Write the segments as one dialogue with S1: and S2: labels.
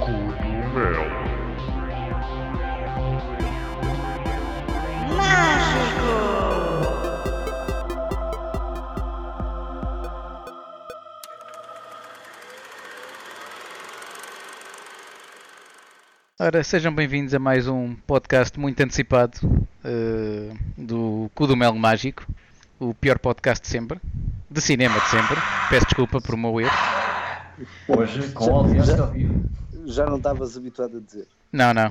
S1: Cogumelo.
S2: Mágico!
S3: Ora, sejam bem-vindos a mais um podcast muito antecipado eh, do Cogumelo Mágico, o pior podcast de sempre, de cinema de sempre. Peço desculpa por o meu erro.
S4: Hoje, com audiência ao vivo.
S5: já não estavas habituado a dizer.
S3: Não, não,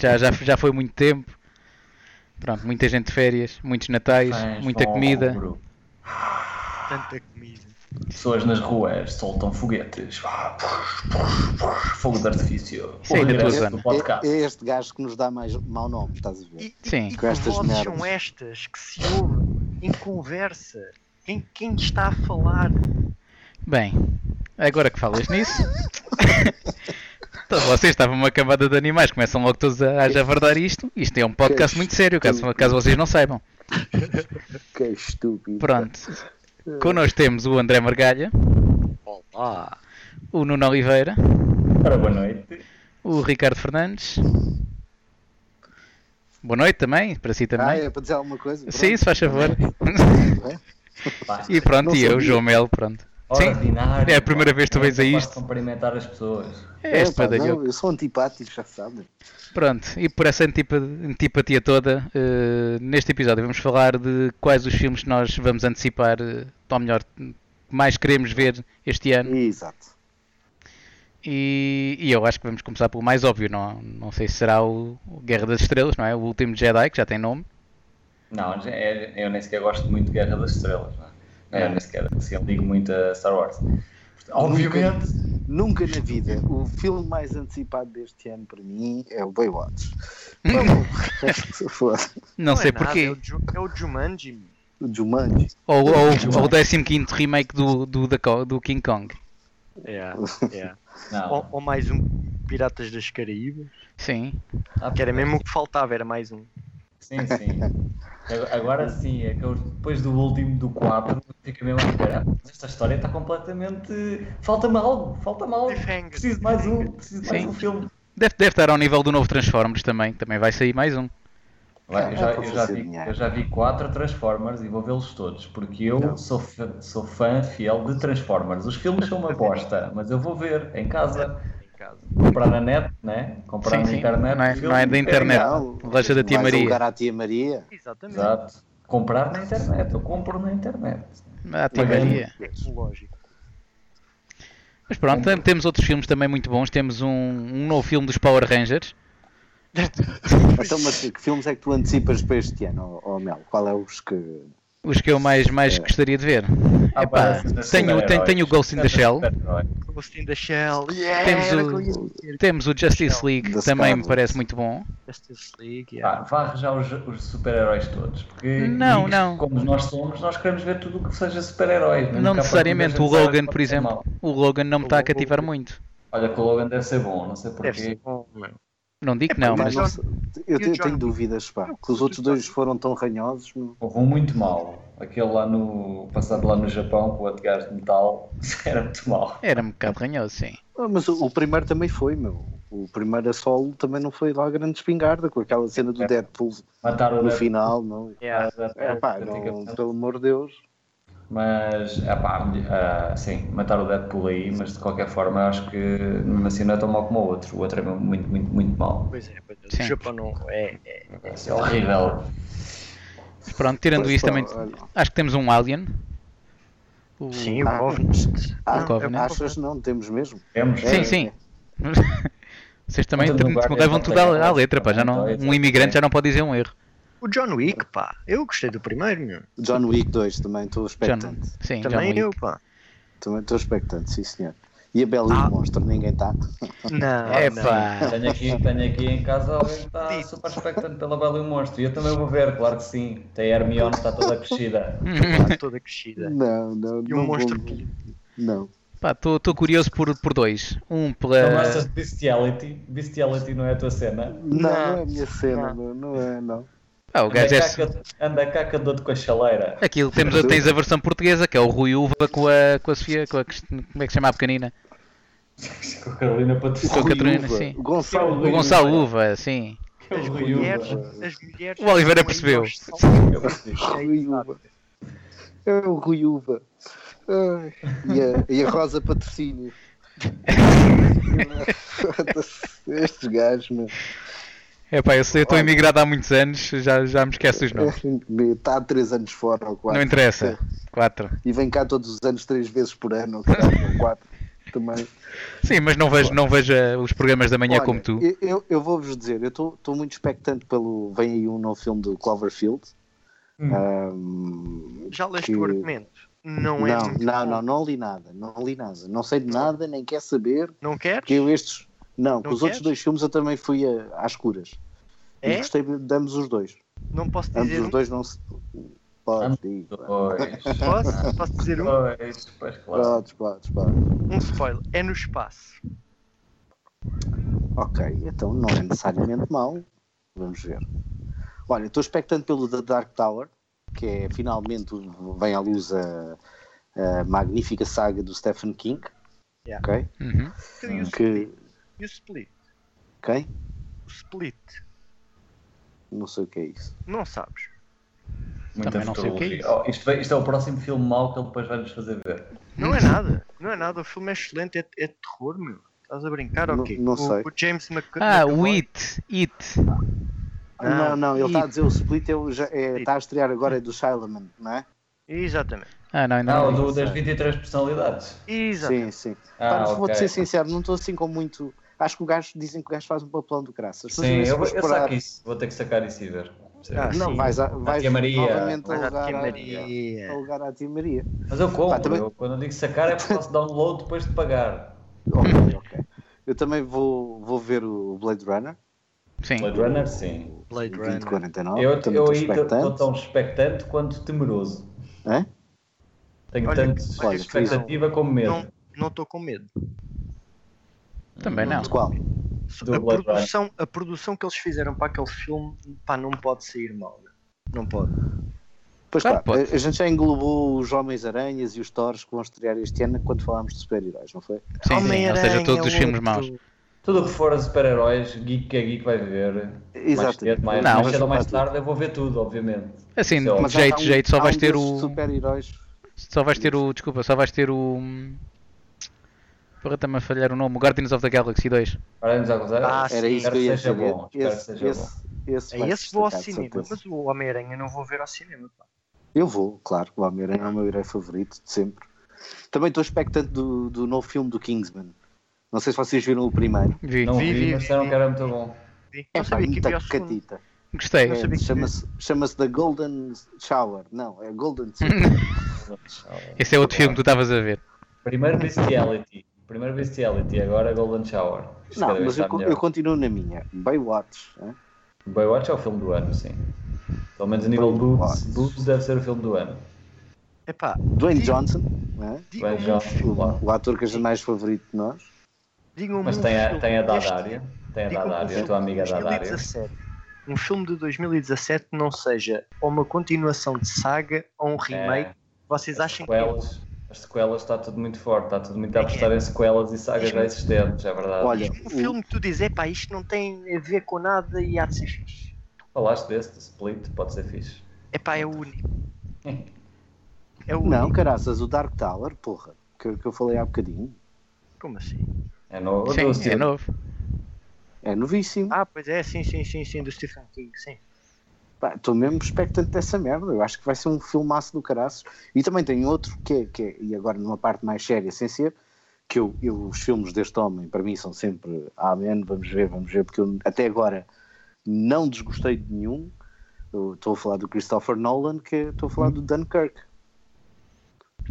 S3: já, já, já foi muito tempo. Pronto, muita gente de férias, muitos natais,
S4: Fãs
S3: muita
S4: vão ao
S3: comida.
S4: grupo.
S6: Tanta comida.
S4: Pessoas nas ruas soltam foguetes. Ah, Fogo de artifício.
S3: Sim, da tua
S4: regresso
S3: zona.
S4: do podcast.
S5: É, é este gajo que nos dá mais mau nome, estás a ver?
S6: E,
S3: Sim.
S6: e, e
S5: Com
S6: que
S5: estas
S6: vozes
S5: merdas.
S6: são estas que se ouvem em conversa? Em quem está a falar?
S3: Bem, agora que falas nisso. Então, vocês estavam uma camada de animais, começam logo todos a a javardar isto. Isto é um podcast muito sério, caso, caso vocês não saibam.
S5: Que é estúpido.
S3: Pronto. Connosco temos o André Margalha. O Nuno Oliveira.
S4: Ora, boa noite.
S3: O Ricardo Fernandes. Boa noite também, para si
S5: Ah,
S3: também.
S5: é para dizer alguma coisa? Pronto.
S3: Sim, se faz favor.
S4: Pá.
S3: E pronto,
S5: Não
S3: e eu,
S5: sabia.
S3: João Melo, pronto. Sim,
S4: Ordinário,
S3: é a primeira
S4: pá.
S3: vez que tu
S4: Não
S3: vês a
S4: gosto de
S3: isto.
S4: cumprimentar as pessoas.
S3: é
S5: pá,
S3: espadalhoco.
S5: então, não, eu sou antipático, já sabes.
S3: Pronto, e por essa antipa- antipatia toda, eh, neste episódio vamos falar de quais os filmes que nós vamos antecipar, eh, ou melhor, que mais queremos ver este ano.
S5: Exato.
S3: E, e eu acho que vamos começar pelo mais óbvio, não, não sei se será o, o Guerra das Estrelas, não é? O último Jedi, que já tem nome.
S4: Não, já- é- eu nem sequer gosto muito de Guerra das Estrelas. Não. é? Eu nem sequer assim, ligo muito a Star Wars. Obviamente.
S5: Nunca na vida. O filme mais antecipado deste ano para mim é o Baywatch.
S3: Hum.
S5: Pronto. Foda-se.
S3: Não, sei
S6: é nada,
S3: porquê.
S6: É o, Ju- é o Jumanji. meu.
S5: o Jumanji.
S3: Ou, ou, ou o 15 remake do, do, da Co- do King Kong.
S4: Não,
S6: Ou, ou mais um Piratas das Caraíbas.
S3: Sim.
S6: Que era mesmo o que faltava, era mais um.
S4: Sim, sim. Ag- Agora sim, é que eu- depois do último do 4, fica mesmo a esperar. Esta história está completamente. Falta-me algo, falta-me algo.
S6: Cliffhanger.
S4: Preciso de mais um, preciso de mais
S3: Sim.
S4: um filme.
S3: Deve, deve estar ao nível do novo Transformers também, que também vai sair mais um.
S4: Vai, eu, já, eu, já vi,
S5: Dinheiro.
S4: eu já vi 4 Transformers e vou vê-los todos, porque eu sou, fã- sou fã fiel de Transformers. Os filmes são uma bosta, mas eu vou ver em casa,
S6: Em casa.
S4: comprar na net, né? comprar
S3: Sim,
S4: na
S3: sim.
S4: internet.
S3: Não é-
S4: o filme,
S3: não é da
S4: ver um em
S3: internet.
S4: casa.
S5: Não,
S3: Loja da Tia
S5: vais
S3: Maria.
S5: alugar à Tia Maria.
S6: Exatamente.
S4: Exato. Comprar na internet, eu compro na internet.
S3: Ah,
S6: é.
S3: timaria.
S6: Tecnológico.
S3: Mas pronto, tam- temos outros filmes também muito bons. Temos um, um novo filme dos Power Rangers.
S5: Então, mas que filmes é que tu antecipas para este ano, ó, ó Mel? Qual é os que.
S3: Os que eu mais, mais
S6: É.
S3: gostaria de ver.
S4: Ah,
S3: Epá,
S4: parece das
S3: tenho, tenho,
S4: super-heróis.
S3: tenho o Ghost in the Shell.
S6: é? Ghost in the Shell. Yeah,
S3: Temos
S6: era
S3: o-
S6: que eu ia dizer.
S3: Temos o Justice League, que
S5: Das
S3: também me
S5: Scarlet.
S3: parece muito bom.
S6: Justice League. yeah.
S4: Pá, vá arranjar os, os super-heróis todos. Porque
S3: Não,
S4: amigos,
S3: não.
S4: como nós somos, nós queremos ver tudo o que seja super-heróis. mesmo que
S3: Não
S4: à
S3: necessariamente o
S4: partida a gente saiba
S3: Logan,
S4: que
S3: por
S4: pode ser
S3: exemplo.
S4: mau.
S3: O Logan não me está a
S6: O
S3: cativar
S6: Logan.
S3: muito.
S4: Olha que o Logan deve ser bom, não sei
S6: Deve ser
S4: porquê.
S6: bom, meu.
S3: Não digo que não,
S5: Pá,
S3: mas
S5: não sei, eu
S6: e o
S5: tenho,
S6: John
S5: tenho
S6: Wick?
S5: dúvidas, pá. Que os outros dois foram tão ranhosos. meu.
S4: Houve um muito mau. Aquele lá no. passado lá no Japão com o outro gajo de metal. Era muito mau.
S3: era um bocado ranhoso, sim.
S5: Ah, Mas o, o primeiro também foi, meu. O primeiro a solo também não foi lá grande espingarda, com aquela cena do
S4: É.
S5: Deadpool
S4: Mataram o
S5: no
S4: Deadpool.
S5: final, não.
S6: Yeah.
S4: Ah.
S5: É pá, não, pelo amor de Deus.
S4: Mas, é pá, ah, sim, matar o Deadpool aí, mas de qualquer forma acho que mesmo assim não é tão mau como o outro. O outro é mesmo muito, muito, muito mau.
S6: Pois é, pois é.
S3: Sim.
S6: o Japão não é. é.
S4: É horrível.
S3: Mas Pronto, tirando
S5: Pois
S3: isso
S5: pá,
S3: também.
S5: olha.
S3: Acho que temos um Alien. O-
S6: Sim,
S5: Ah.
S6: o Covenant.
S5: Ah,
S3: O Covenant.
S5: achas não? Temos mesmo?
S4: Temos,
S3: Sim,
S4: é,
S3: sim. Vocês também
S4: Então, no
S3: te- te-
S4: Guardians
S3: levam
S4: of the
S3: tudo à, à
S4: Galaxy
S3: letra, pá. Já
S4: também,
S3: não,
S4: dois,
S3: um imigrante
S4: exatamente.
S3: já não pode dizer um erro.
S6: O John Wick, pá. Eu gostei do primeiro, meu.
S5: John Wick 2 também, estou
S3: Já
S5: expectante.
S3: não- sim, já
S6: Também
S3: não-
S6: eu, pá.
S5: Também estou expectante, sim senhor. E a Bela e
S6: Ah.
S5: o Monstro, ninguém tá. está.
S6: Não,
S3: É
S6: não.
S3: pá.
S4: Tenho aqui, tenho aqui em casa alguém que está super expectante pela Bela e o Monstro. E eu também vou ver, claro que sim. Tem a Hermione, está toda crescida.
S3: Hum.
S6: Está toda crescida.
S5: Não, não,
S6: E um
S5: não.
S6: monstro
S5: vou-
S6: peludo.
S5: Não.
S3: Pá, estou curioso por, por dois. Um
S4: Não
S3: pela.
S4: gostas de Então, bestiality? Bestiality não é a tua cena?
S5: Não, não é a minha cena, não, não é, não.
S3: Ah, o gajo é.
S4: caca, anda cá que eu dou-te com a chaleira.
S3: Aquilo temos, tens a versão portuguesa, que é o Rui Uva com a, com a Sofia, com a, Crist- como é que se chama a pequenina?
S4: Com a Carolina
S3: Com a
S4: Patrocínio.
S3: Catarina,
S5: Uva,
S3: sim.
S5: Gonçalo
S3: O Gonçalo Uva, sim.
S6: As
S4: Rui
S6: mulheres,
S4: Uva.
S6: as mulheres.
S3: O Oliveira
S6: são
S3: percebeu.
S6: iguais, são-
S4: Eu percebi.
S5: Rui Uva. É o Rui Uva. Ai, E a, e a Rosa Patrocínio. Estes gajos, meu.
S3: É pá, eu sei, eu estou emigrado há muitos anos, já, já me esqueço os nomes.
S5: Está há 3 anos fora ou
S3: Não
S5: 4.
S3: interessa. Quatro.
S5: E vem cá todos os anos 3 vezes por ano ou 4 também.
S3: Sim, mas não vejo, não vejo eh, os programas da manhã
S5: Olha,
S3: como tu.
S5: eu- Eu, eu vou-vos dizer, eu estou muito expectante pelo. Vem aí um novo filme do Cloverfield.
S4: Hum.
S5: Ahm,
S6: Já leste
S5: que-
S6: o argumento? Não é
S5: não,
S6: muito
S5: não,
S6: bom.
S5: não, não li nada, não li nada, não sei de nada, nem quer saber.
S6: Não queres?
S5: Que eu estes, não, com
S6: Não
S5: os outros
S6: queres?
S5: dois filmes eu também fui a- às curas. E
S6: É?
S5: gostei de ambos os dois.
S6: Não posso
S5: Ambos
S6: dizer
S5: os
S6: um?
S5: é dois não se. Podes, digo.
S4: Pois.
S6: Posso? Posso dizer um?
S4: Pois, pois, claro.
S5: Podes, podes, podes.
S6: Um spoiler. É no espaço.
S5: Ok, então não é necessariamente mau. Vamos ver. Olha, estou expectante pelo The Dark Tower, que é finalmente vem à luz a, a magnífica saga do Stephen King.
S6: Yeah.
S5: Ok?
S3: Uhum.
S6: E o
S5: Que.
S6: Split? E o Split?
S5: Quem?
S6: O Split?
S5: Não sei o que é isso.
S6: Não sabes.
S4: Muita
S3: Também não sei o que é
S4: fotologia.
S3: isso.
S4: Oh, isto, vai- isto é o próximo filme mau que ele depois vai nos fazer ver.
S6: Não é nada. Não é nada. O filme é excelente. É, é de terror, meu. Estás a brincar ou
S5: Não-
S6: quê?
S5: não
S6: o,
S5: sei.
S6: o James Mc...
S3: Ah, o
S6: McAvoy?
S3: It. It.
S6: Ah,
S5: não, não, ele está
S3: e-
S5: a dizer o Split, eu já- é,
S6: Split.
S5: está a estrear agora é do Shyamalan, não é?
S6: Exatamente.
S3: Ah, não, ainda
S4: Não,
S3: não.
S4: do, das 23 personalidades.
S6: Exatamente.
S5: Sim, sim.
S4: Ah,
S5: Pá, mas
S4: ok.
S5: Vou-te ser sincero, não estou assim com muito. Acho que o gajo, dizem que o gajo faz um papelão do graças. Mas
S4: Sim,
S5: ver se
S4: eu,
S5: vou
S4: vou- eu
S5: esperar.
S4: saco isso. Vou ter que sacar isso e ver. Sim.
S6: Ah,
S5: Não,
S6: sim.
S5: vais, a- vais
S4: Tia Maria,
S5: novamente a
S6: Mas há de
S5: lugar
S6: que
S5: a-
S6: Maria.
S5: a lugar à Tia Maria.
S4: Mas eu compro.
S5: Pá, também-
S4: eu, quando eu digo sacar é porque faço download depois de pagar.
S5: Ok,
S3: Uhum.
S5: ok. Eu também vou, vou ver o Blade Runner,
S3: Sim.
S4: Blade Runner, sim.
S6: Blade Runner.
S5: 2049.
S4: Eu,
S5: Ah, também
S4: eu
S5: estou
S4: aí estou
S5: expectante.
S4: tão expectante quanto temeroso.
S5: Hã?
S4: Tenho
S6: Olha,
S4: tanto
S6: olha,
S4: expectativa como medo.
S6: Não não estou com medo.
S3: Também não.
S5: De qual?
S4: Do
S6: a,
S4: Blade
S6: produção, a produção que eles fizeram para aquele filme, pá, não pode sair mal. meu. Não pode.
S5: Pois
S3: Claro
S5: claro,
S3: que pode.
S5: a gente já englobou os Homens-Aranhas e os Thors que vão estrear este ano quando falámos de super-heróis, não foi?
S3: Sim, sim. Ou
S6: Homem-Aranha,
S5: é
S6: é
S3: seja, todos os filmes
S6: outro.
S3: maus.
S4: Tudo o que for super-heróis, geek que é geek vai ver. Mais cedo,
S5: Exatamente.
S4: mais,
S3: Não,
S4: mais cedo ou mais
S5: mas-
S4: tarde eu vou ver tudo, obviamente.
S3: Assim,
S4: Mas
S3: de
S5: Mas há-
S3: jeito,
S5: há um-
S3: jeito, só
S5: há
S3: vais
S5: um
S3: ter
S5: desses
S3: o.
S5: super-heróis.
S3: Só vais ter o. Desculpa, só vais ter o. Porra, está-me a falhar o nome. O Guardians of the Galaxy 2.
S4: Para nos acusar.
S6: Ah,
S5: Era
S6: sim.
S5: isso
S4: é, espero
S5: que eu ia
S4: que seja
S5: dizer.
S4: bom, espero que
S5: Esse,
S4: seja bom.
S5: esse, esse,
S6: É
S5: vai
S6: esse vou ao
S5: destacar, de
S6: cinema,
S5: certeza.
S6: mas o Homem-Aranha não vou ver ao cinema. pá.
S5: Eu vou, claro. O Homem-Aranha é o meu herói favorito de sempre. Também estou expectante do, do novo filme do Kingsman. Não sei se vocês viram o primeiro.
S3: Vi.
S4: Não vi,
S6: Vi, vi,
S4: mas
S6: vi,
S4: disseram
S6: vi.
S4: que era muito bom.
S6: Não
S5: É pá,
S6: sabia que
S5: muita
S6: havia o segundo.
S5: catita.
S3: Gostei.
S6: Não
S5: É,
S6: sabia que-
S5: Chama-se chama-se The Golden Shower. Não, é Golden
S3: Esse é outro filme que tu estavas a ver.
S4: Primeiro Bestiality. Primeiro Bestiality, agora Golden Shower. Isto cada
S5: Não,
S4: vez
S5: mas
S4: está
S5: eu, co-
S4: melhor.
S5: eu continuo na minha. Baywatch. Hein?
S4: Baywatch é o filme do ano, sim. Pelo menos a nível de boobs,
S5: Baywatch.
S4: boobs deve ser o filme do ano.
S6: Epá,
S5: Dwayne
S6: Sim.
S5: Johnson, né?
S6: digam-me
S4: Bem, já
S6: um
S4: sei lá.
S5: o, o ator que é mais favorito de nós.
S6: digam
S4: Mas tem a,
S6: um filme
S4: tem a
S6: deste
S4: Dadária. Tem a
S6: Digo,
S4: Dadária,
S6: um
S4: a tua amiga
S6: filme de
S4: Dadária.
S6: 2017. Um filme de 2017 não seja ou uma continuação de saga ou um remake.
S4: É,
S6: Vocês
S4: as
S6: acham que é
S4: sequelas. As sequelas está tudo muito forte, está tudo muito
S6: É
S4: a
S6: que é.
S4: apostar em sequelas e sagas já existentes, é verdade.
S5: Olha,
S6: um
S5: o-
S6: filme que tu dizes, pá, isto não tem a ver com nada e há de ser fixe.
S4: Falaste desse, do Split, pode ser fixe.
S6: Epá, é o único. É o
S5: Não,
S6: único.
S5: caraças, o Dark Tower, porra, que, que eu falei há bocadinho,
S6: Como assim?
S4: É novo. do
S3: Sim, é
S4: Stephen-
S3: novo.
S5: é novíssimo.
S6: Ah, pois é, sim, sim, sim, sim, do Stephen King, sim.
S5: Estou mesmo expectante dessa merda. Eu acho que vai ser um filmaço do caraças. E também tem outro que é, que é- e agora numa parte mais séria, sem ser, que eu, eu- os filmes deste homem, para mim, são sempre amém, vamos ver, vamos ver, porque eu até agora não desgostei de nenhum. Eu Estou a falar do Christopher Nolan, que estou a
S4: Uhum.
S5: falar do Dunkirk,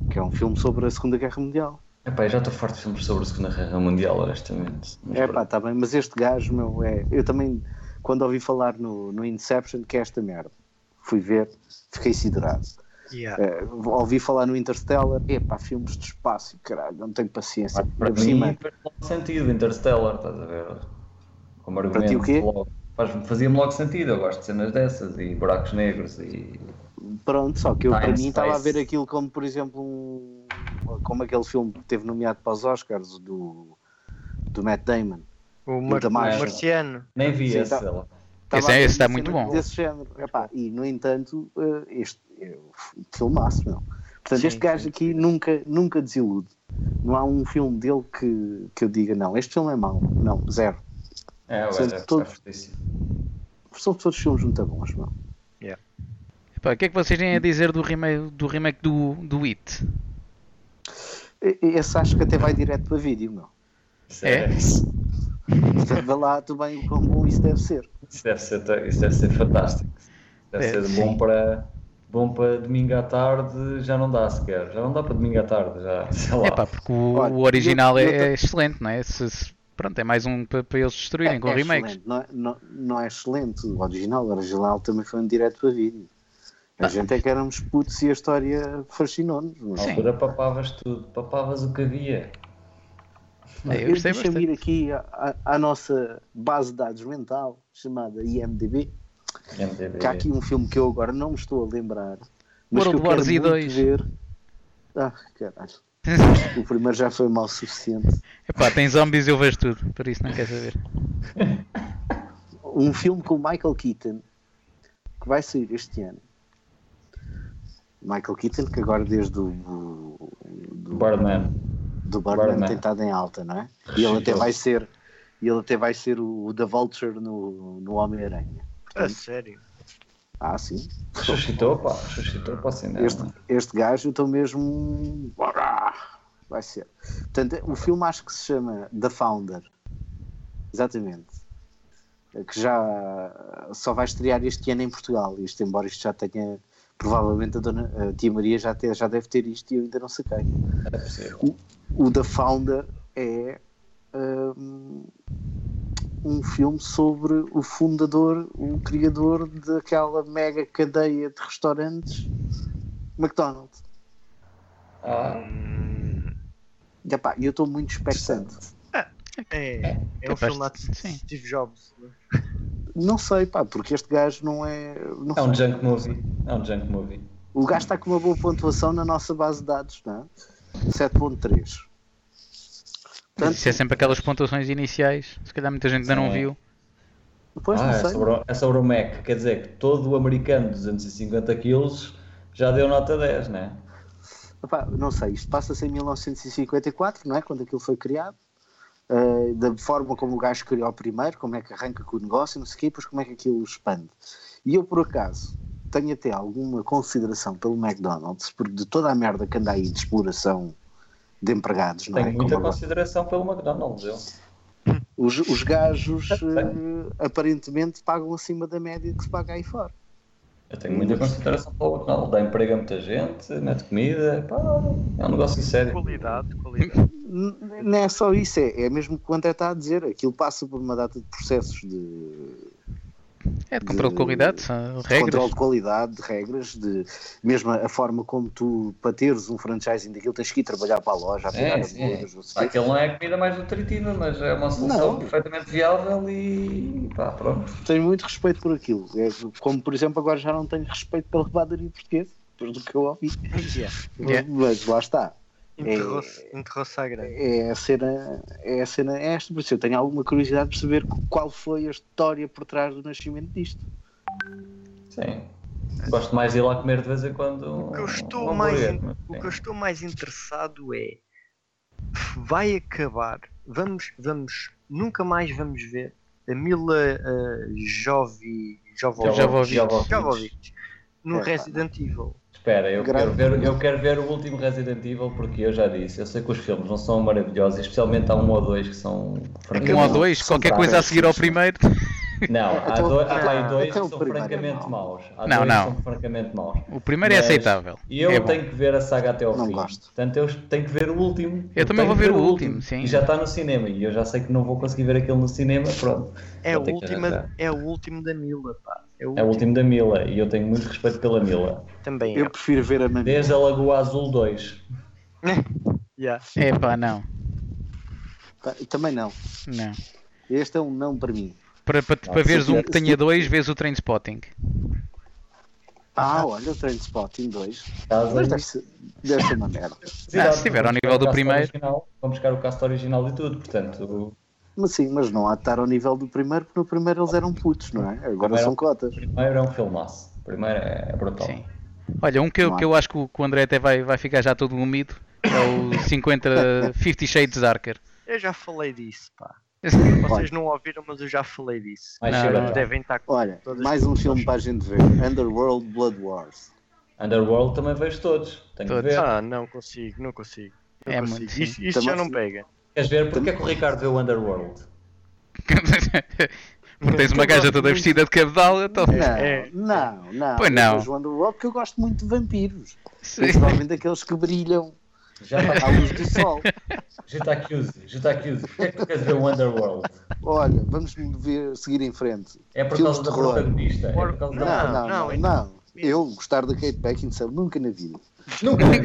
S5: que é um filme sobre a Segunda Guerra Mundial.
S4: Epá, eu já estou forte de filmes sobre a Segunda Guerra Mundial, honestamente. Mas
S5: É pá,
S4: pronto.
S5: está bem, mas este gajo, meu, é. Eu também, quando ouvi falar no, no Inception, que é esta merda, fui ver, fiquei siderado.
S6: Yeah.
S5: É, ouvi falar no Interstellar, epá, filmes de espaço, caralho, não tenho paciência.
S4: Para
S5: Ainda por
S4: mim,
S5: cima,
S4: faz logo sentido, Interstellar, estás a ver? Como argumento.
S5: ti o quê?
S4: logo. Faz- Fazia-me logo sentido, eu gosto de cenas dessas e buracos negros e.
S5: pronto, só que eu
S4: Time,
S5: para mim estava a
S4: space.
S5: ver aquilo como, por exemplo, um- como aquele filme que teve nomeado para os Oscars do do Matt Damon.
S6: O, Mar-
S5: da Marcha.
S6: o Marciano.
S4: Nem vi
S5: Sim,
S4: esse.
S5: tá.
S4: ela.
S5: Estava
S3: é,
S5: a ver
S3: esse está
S5: uma
S3: muito
S5: cena
S3: bom.
S5: Desse género. Epá, e, no entanto, eh, este é um filmaço, meu. Portanto,
S6: Sim,
S5: este gajo
S6: sim,
S5: aqui nunca, nunca desilude. Não há um filme dele que, que eu diga, não, este filme é mau. Não, zero.
S4: É, o
S5: Sendo
S4: gajo é
S5: todos-
S4: fortíssimo.
S5: São todos filmes muito bons, meu.
S3: Epá, o que é que vocês têm a dizer do remake do, remake do, do It?
S5: E- e Esse acho que até vai direto para vídeo, meu.
S3: É?
S4: Sério,
S5: Portanto, vê lá também o quão bom isso deve ser.
S4: Isso deve ser, ta- isso deve ser fantástico. Deve
S3: É,
S4: ser
S3: sim.
S4: bom para. Bom para domingo à tarde já não dá sequer. Já não dá para domingo à tarde. Já, sei lá.
S3: É pá, porque o,
S5: Olha,
S3: o original
S5: eu-
S3: é,
S5: eu
S3: é excelente, não é? Se- se- pronto, é mais um para, para eles destruírem com
S5: é
S3: remakes.
S5: excelente, Não, é- não, não é excelente o original. O original também foi um direto para vídeo. A
S3: Tá.
S5: gente é que éramos putos e a história fascinou-nos. mas-
S4: Na
S3: Sim.
S4: altura papavas tudo, papavas o que havia.
S3: É, eu
S5: Eu
S3: gostei
S5: deixa-me
S3: bastante.
S5: ir aqui à, à- à nossa base de dados mental, chamada IMDB,
S4: MTV.
S5: que há aqui um filme que eu agora não me estou a lembrar, mas
S3: É. World
S5: que eu
S3: War
S5: quero
S3: Z
S5: muito
S3: 2.
S5: ver. Ah, caralho. O primeiro já foi mal o suficiente.
S3: Epá, tem zombies e eu vejo tudo, por isso não quer saber.
S5: Um filme com o Michael Keaton, que vai sair este ano. Michael Keaton, que agora desde o do,
S4: Birdman.
S5: do Birdman,
S4: Birdman.
S5: tem estado em alta, não é? E ele até vai ser, e ele até vai ser o, o da Vulture no, no Homem-Aranha.
S6: A sério.
S5: Ah, sim.
S4: Suscitou, pá. Suscitou para o cinema.
S5: este, este gajo, então mesmo. Bora! Vai ser. Portanto, é, o filme acho que se chama The Founder. Exatamente. É Que já só vai estrear este ano em Portugal. Isto, embora isto já tenha. Provavelmente a, dona, a tia Maria já, te- já deve ter isto e eu ainda não saquei.
S4: É possível.
S5: O The Founder é. hum, um filme sobre o fundador, o criador daquela mega cadeia de restaurantes McDonald's.
S4: Ah,
S5: E pá, eu estou muito expectante.
S6: É, é um
S3: Capaz
S6: filme lá de
S3: de- sim.
S6: Steve Jobs. né?
S5: Não sei, pá, porque este gajo não é. não
S4: é um
S5: sei.
S4: junk movie. É um junk movie.
S5: O gajo está com uma boa pontuação na nossa base de dados, não é? 7.3.
S3: Mas
S5: Portanto,
S3: Isso é sempre aquelas pontuações iniciais, se calhar muita gente ainda não
S4: Sim.
S3: viu.
S5: depois
S4: Ah,
S5: não
S4: é
S5: sei.
S4: sobre, o- é sobre o Mac. Quer dizer que todo o americano de 250 quilos já deu nota 10, né?
S5: Epá, não sei, isto passa-se em 1954, não é? Quando aquilo foi criado. Ah, da forma como o gajo criou primeiro, como é que arranca com o negócio, não sei o quê, e depois como é que aquilo expande. E eu, por acaso, tenho até alguma consideração pelo McDonald's, porque de toda a merda que anda aí de exploração de empregados, não é?
S4: Tenho
S5: Como
S4: muita
S5: agora.
S4: consideração pelo McDonald's. Eu.
S5: Os, os gajos eh, aparentemente pagam acima da média que se paga aí fora.
S4: eu tenho muita consideração pelo McDonald's. Dá emprego a muita gente, mete comida. Pá, é um negócio sério.
S6: Qualidade, qualidade.
S5: N- Não é só isso, é, é mesmo o que o André está a dizer. Aquilo passa por uma data de processos de,
S3: É de controle de
S5: de-
S3: qualidade, são
S5: de
S3: regras. Um
S5: controle de qualidade, de regras, de mesmo a forma como tu, para teres um franchising daquilo, tens que ir trabalhar para a loja, a pegar
S4: É,
S5: as
S4: sim.
S5: bolhas, não sei
S4: Pá,
S5: o quê.
S4: Aquilo não é a comida mais nutritiva, mas é uma solução
S5: Não.
S4: perfeitamente viável e pá, pronto.
S5: Tenho muito respeito por aquilo. É, como, por exemplo, agora já não tenho respeito pela padaria portuguesa, depois do que eu ouvi.
S6: É.
S3: Yeah.
S5: Mas lá está.
S6: Enterrou-se enterrou a grande.
S5: é a cena, é a cena esta, por isso eu tenho alguma curiosidade de saber qual foi a história por trás do nascimento disto.
S4: Sim. Gosto mais de ir lá comer de vez em quando.
S6: O que eu estou
S4: um
S6: mais
S4: hambúrguer,
S6: in-
S4: mas,
S6: O
S4: sim.
S3: É.
S6: que eu estou mais interessado é vai acabar. Vamos, vamos, nunca mais vamos ver a Mila uh, Jovi, Jovo,
S3: Já vou-
S6: Jovovich no
S5: É, pá.
S6: Resident Evil.
S4: Espera, eu
S5: Grave.
S4: quero, ver, eu quero ver o último Resident Evil porque eu já disse, eu sei que os filmes não são maravilhosos, especialmente há um ou dois que são francamente.
S3: Um ou dois,
S5: São
S3: qualquer coisa assim. a seguir ao
S5: péssimos.
S3: primeiro.
S4: Não, há,
S5: Então-
S4: dois, há lá
S6: Ah,
S4: dois
S5: então
S4: que
S5: o
S4: são
S5: primeiro é
S4: francamente
S5: mau.
S4: maus. Há
S3: Não,
S4: dois
S3: não.
S4: que são francamente maus.
S3: O primeiro é
S4: Mas
S3: aceitável.
S4: E eu
S3: é bom.
S4: tenho que ver a saga até ao
S5: Não
S4: fim.
S5: gosto.
S4: Portanto, eu tenho que ver o último.
S3: Eu também
S4: tenho
S3: vou
S4: que
S3: ver o último, sim.
S4: E já está no cinema. E eu já sei que não vou conseguir ver aquele no cinema. Pronto.
S6: É
S4: Vou
S6: o
S4: ter que
S6: último,
S4: arranjar.
S6: é o último da Mila, pá. É
S4: É o
S6: o último
S4: último da Mila. E eu tenho muito respeito pela Mila.
S6: também.
S5: Eu
S6: É.
S5: prefiro ver a Mami.
S4: Desde a Lagoa Azul 2.
S6: Yeah.
S3: É pá, não.
S5: Também não.
S3: não.
S5: Este é um não para mim.
S3: Para, para, para
S5: se
S3: veres um
S5: tiver-
S3: que
S5: se
S3: tenha dois, vês o train spotting.
S5: Ah, olha, o Trainspotting 2.
S4: Estás
S5: Mas
S4: a-
S5: deve ser, deve ser uma merda.
S3: Ah, se tiver ao nível
S4: Vamos
S3: do
S4: buscar o
S3: primeiro.
S4: cast original- Vamos buscar o cast original e tudo, portanto,
S5: Mas sim, mas não há de estar ao nível do primeiro, porque no primeiro eles eram putos, não é? Agora
S4: Primeiro-
S5: são cotas.
S4: Primeiro é um filmaço. Primeiro é brutal.
S3: Sim. Olha, um que eu, que eu acho que o que o André até vai, vai ficar já todo úmido é o 50, 50 Shades Darker.
S6: Eu já falei disso, pá. Vocês não ouviram, mas eu já falei disso.
S4: Mais
S3: Não,
S4: cedo
S3: não,
S4: ou
S3: não.
S4: tarde.
S6: Devem estar com.
S5: Olha,
S6: Todas
S5: mais um filme para a gente ver: Underworld Blood Wars.
S4: Underworld também vejo todos. Tenho
S3: Todos.
S4: que ver.
S6: Ah, não consigo, não consigo. Não
S3: É
S6: consigo.
S3: muito, sim.
S6: Isso, isso já
S5: Também-
S6: não pega.
S4: Queres ver? Porquê é que o Ricardo vê o Underworld?
S3: Porque tens uma gaja toda vestida de cabedal, então.
S5: Não,
S6: É.
S5: não, não.
S3: Pois não.
S5: Eu vejo Underworld porque eu gosto muito de vampiros,
S3: Sim.
S5: principalmente aqueles que brilham
S4: Já tá, está
S5: à luz do sol.
S4: Juta Accuse, Juta Accuse. Porquê é que tu queres ver o Underworld?
S5: Olha, vamos ver, seguir em frente.
S4: É por
S5: Filmes
S4: causa
S5: de
S4: da
S5: terror.
S4: protagonista. É por causa
S5: Não,
S4: da...
S5: não, não,
S6: não,
S5: não.
S6: então-
S5: Eu gostar da Kate Beckinsale nunca na vida.
S4: Nunca vi,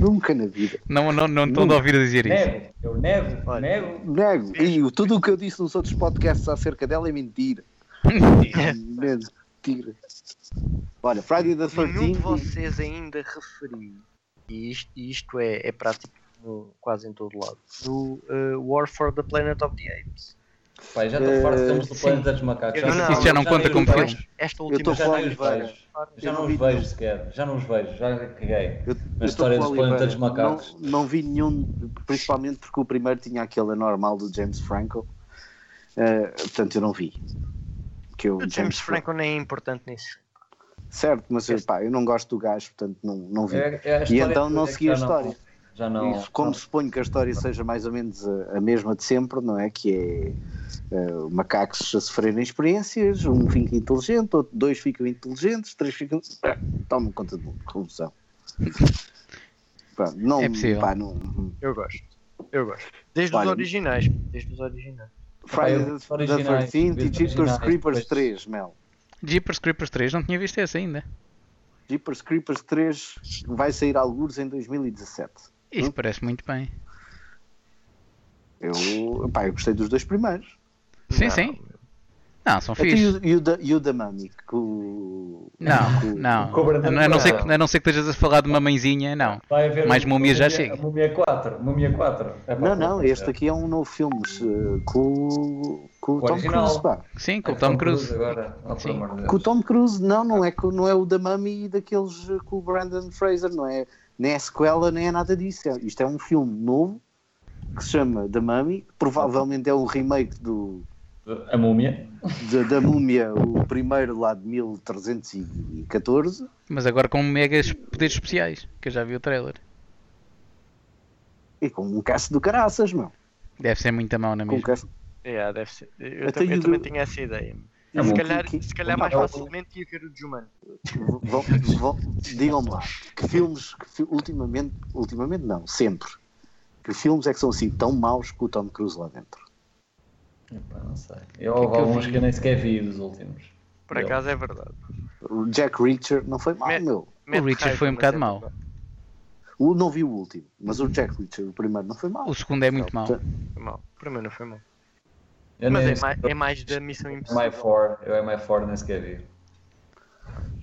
S4: é?
S5: Nunca na vida.
S3: Não, não, não estão de ouvir dizer isso.
S4: Nego, eu nego,
S6: Olha.
S4: nego.
S5: Nego. E o- tudo o que eu disse nos outros podcasts acerca dela é mentira. É mentira. Olha, Friday the
S6: Nenhum de
S5: 13th.
S6: vocês ainda referiu, e isto, e isto é, é prático no- quase em todo lado, do eh, War for the Planet of the Apes.
S4: Pai, já estou farto de filmes do
S3: sim.
S4: Planeta dos Macacos.
S6: Não, não,
S3: isso já não conta
S4: nem
S3: como
S4: os
S3: filme.
S4: vejo.
S6: Esta
S5: Eu
S6: última
S5: estou
S4: já
S5: com
S4: nem os
S5: Oliveira.
S4: vejo.
S5: Eu
S4: Já não
S5: vi
S4: os vejo sequer. Já não os vejo. Já caguei.
S5: Eu,
S4: Na história
S5: estou com
S4: dos
S5: o Oliveira.
S4: Planeta dos Macacos.
S5: Não, não vi nenhum, principalmente porque o primeiro tinha aquele anormal do James Franco. Eh, portanto, eu não vi. Que eu,
S6: O James Franco nem é importante nesse filme.
S5: Certo, mas pá, eu não gosto do gajo, portanto não, não vi.
S4: É- é a
S5: e
S4: história
S5: então
S4: que-
S5: não
S4: é que
S5: segui a
S4: já
S5: história.
S4: Já não.
S5: Isso, como
S4: não-
S5: suponho que a história seja mais ou menos a, a mesma de sempre, não é? Que é eh, macacos a sofrerem experiências, um fica inteligente, outro, dois ficam inteligentes, três ficam. eh, Toma conta de corrupção. Pá, não,
S3: É possível.
S5: pá, não-
S6: Eu gosto. Eu gosto. Desde
S5: Olha,
S6: os originais. Desde os originais.
S5: Friday
S4: eu-
S5: the
S4: originais,
S5: 13th e
S4: originais,
S5: Jeepers Creepers
S4: depois-
S5: 3, Mel.
S3: Jeepers Creepers 3, não tinha visto esse ainda.
S5: Jeepers Creepers 3 vai sair alguns em 2017.
S3: Isso parece muito bem.
S5: Eu, pá, eu gostei dos dois primeiros.
S3: Sim,
S6: Não.
S3: sim. Não, são
S5: Até e
S3: fixe.
S5: o- e o da- e o da Mami, que o.
S3: Não,
S5: que o-
S3: não.
S4: Cobra
S3: A não, a não ser,
S4: Negra.
S3: que- a não ser que estejas a falar de uma mãezinha, não.
S4: Vai haver
S3: Mais
S4: um-
S3: múmia já chega.
S4: a Múmia 4. Múmia 4. É pá,
S5: Não, não,
S4: pá,
S5: este
S4: é.
S5: aqui é um novo filme eh, com, o- com o
S4: O
S5: Tom
S4: original.
S5: Cruise, pá.
S3: Sim,
S4: É
S3: com o Tom Cruise.
S4: Agora. Oh, por
S3: Sim.
S4: amor de Deus.
S5: Com o Tom Cruise, não, não é, com, não é o da Mami e daqueles eh, com o Brandon Fraser, não é? Nem é sequela, nem é nada disso. É- Isto é um filme novo que se chama The Mummy, provavelmente é um remake do,
S4: A múmia.
S5: de- da Múmia, o primeiro lá de 1314.
S3: Mas agora com megas poderes especiais, que eu já vi o trailer.
S5: E com um caço do caraças, meu.
S3: Deve ser muito mão na
S5: Com um
S3: mesma.
S5: caço.
S6: Yeah, deve ser. Eu,
S5: Até
S6: tam- eu
S5: o-
S6: também tinha essa ideia.
S4: É
S6: se
S4: bom.
S6: calhar,
S5: um Que- é que-
S6: um se calhar
S4: que-
S6: mais
S4: que-
S6: facilmente ia ver o Juman.
S5: Vão- vão- Digam-me lá, que filmes que fi- ultimamente, ultimamente não, sempre, que filmes é que são assim tão maus que o Tom Cruise lá dentro?
S4: Epá, não sei.
S3: é
S4: Eu houve alguns que eu nem sequer vi dos últimos.
S6: Por
S4: Eu-
S6: acaso é verdade.
S5: O Jack Reacher não foi mau,
S6: Me-
S5: meu.
S6: Matt
S3: Richard
S6: Raiva,
S3: foi um
S6: mas
S3: bocado
S6: é
S3: mau.
S6: verdade.
S5: O, não vi o último, mas o Jack Reacher, o primeiro, não foi mau.
S3: O segundo é muito mau.
S6: Foi mau. Para mim não foi mau.
S4: Eu
S6: Mas
S4: nem
S6: é mais, é mais da Missão Impossível.
S4: MI4, eu MI4 nem sequer vi.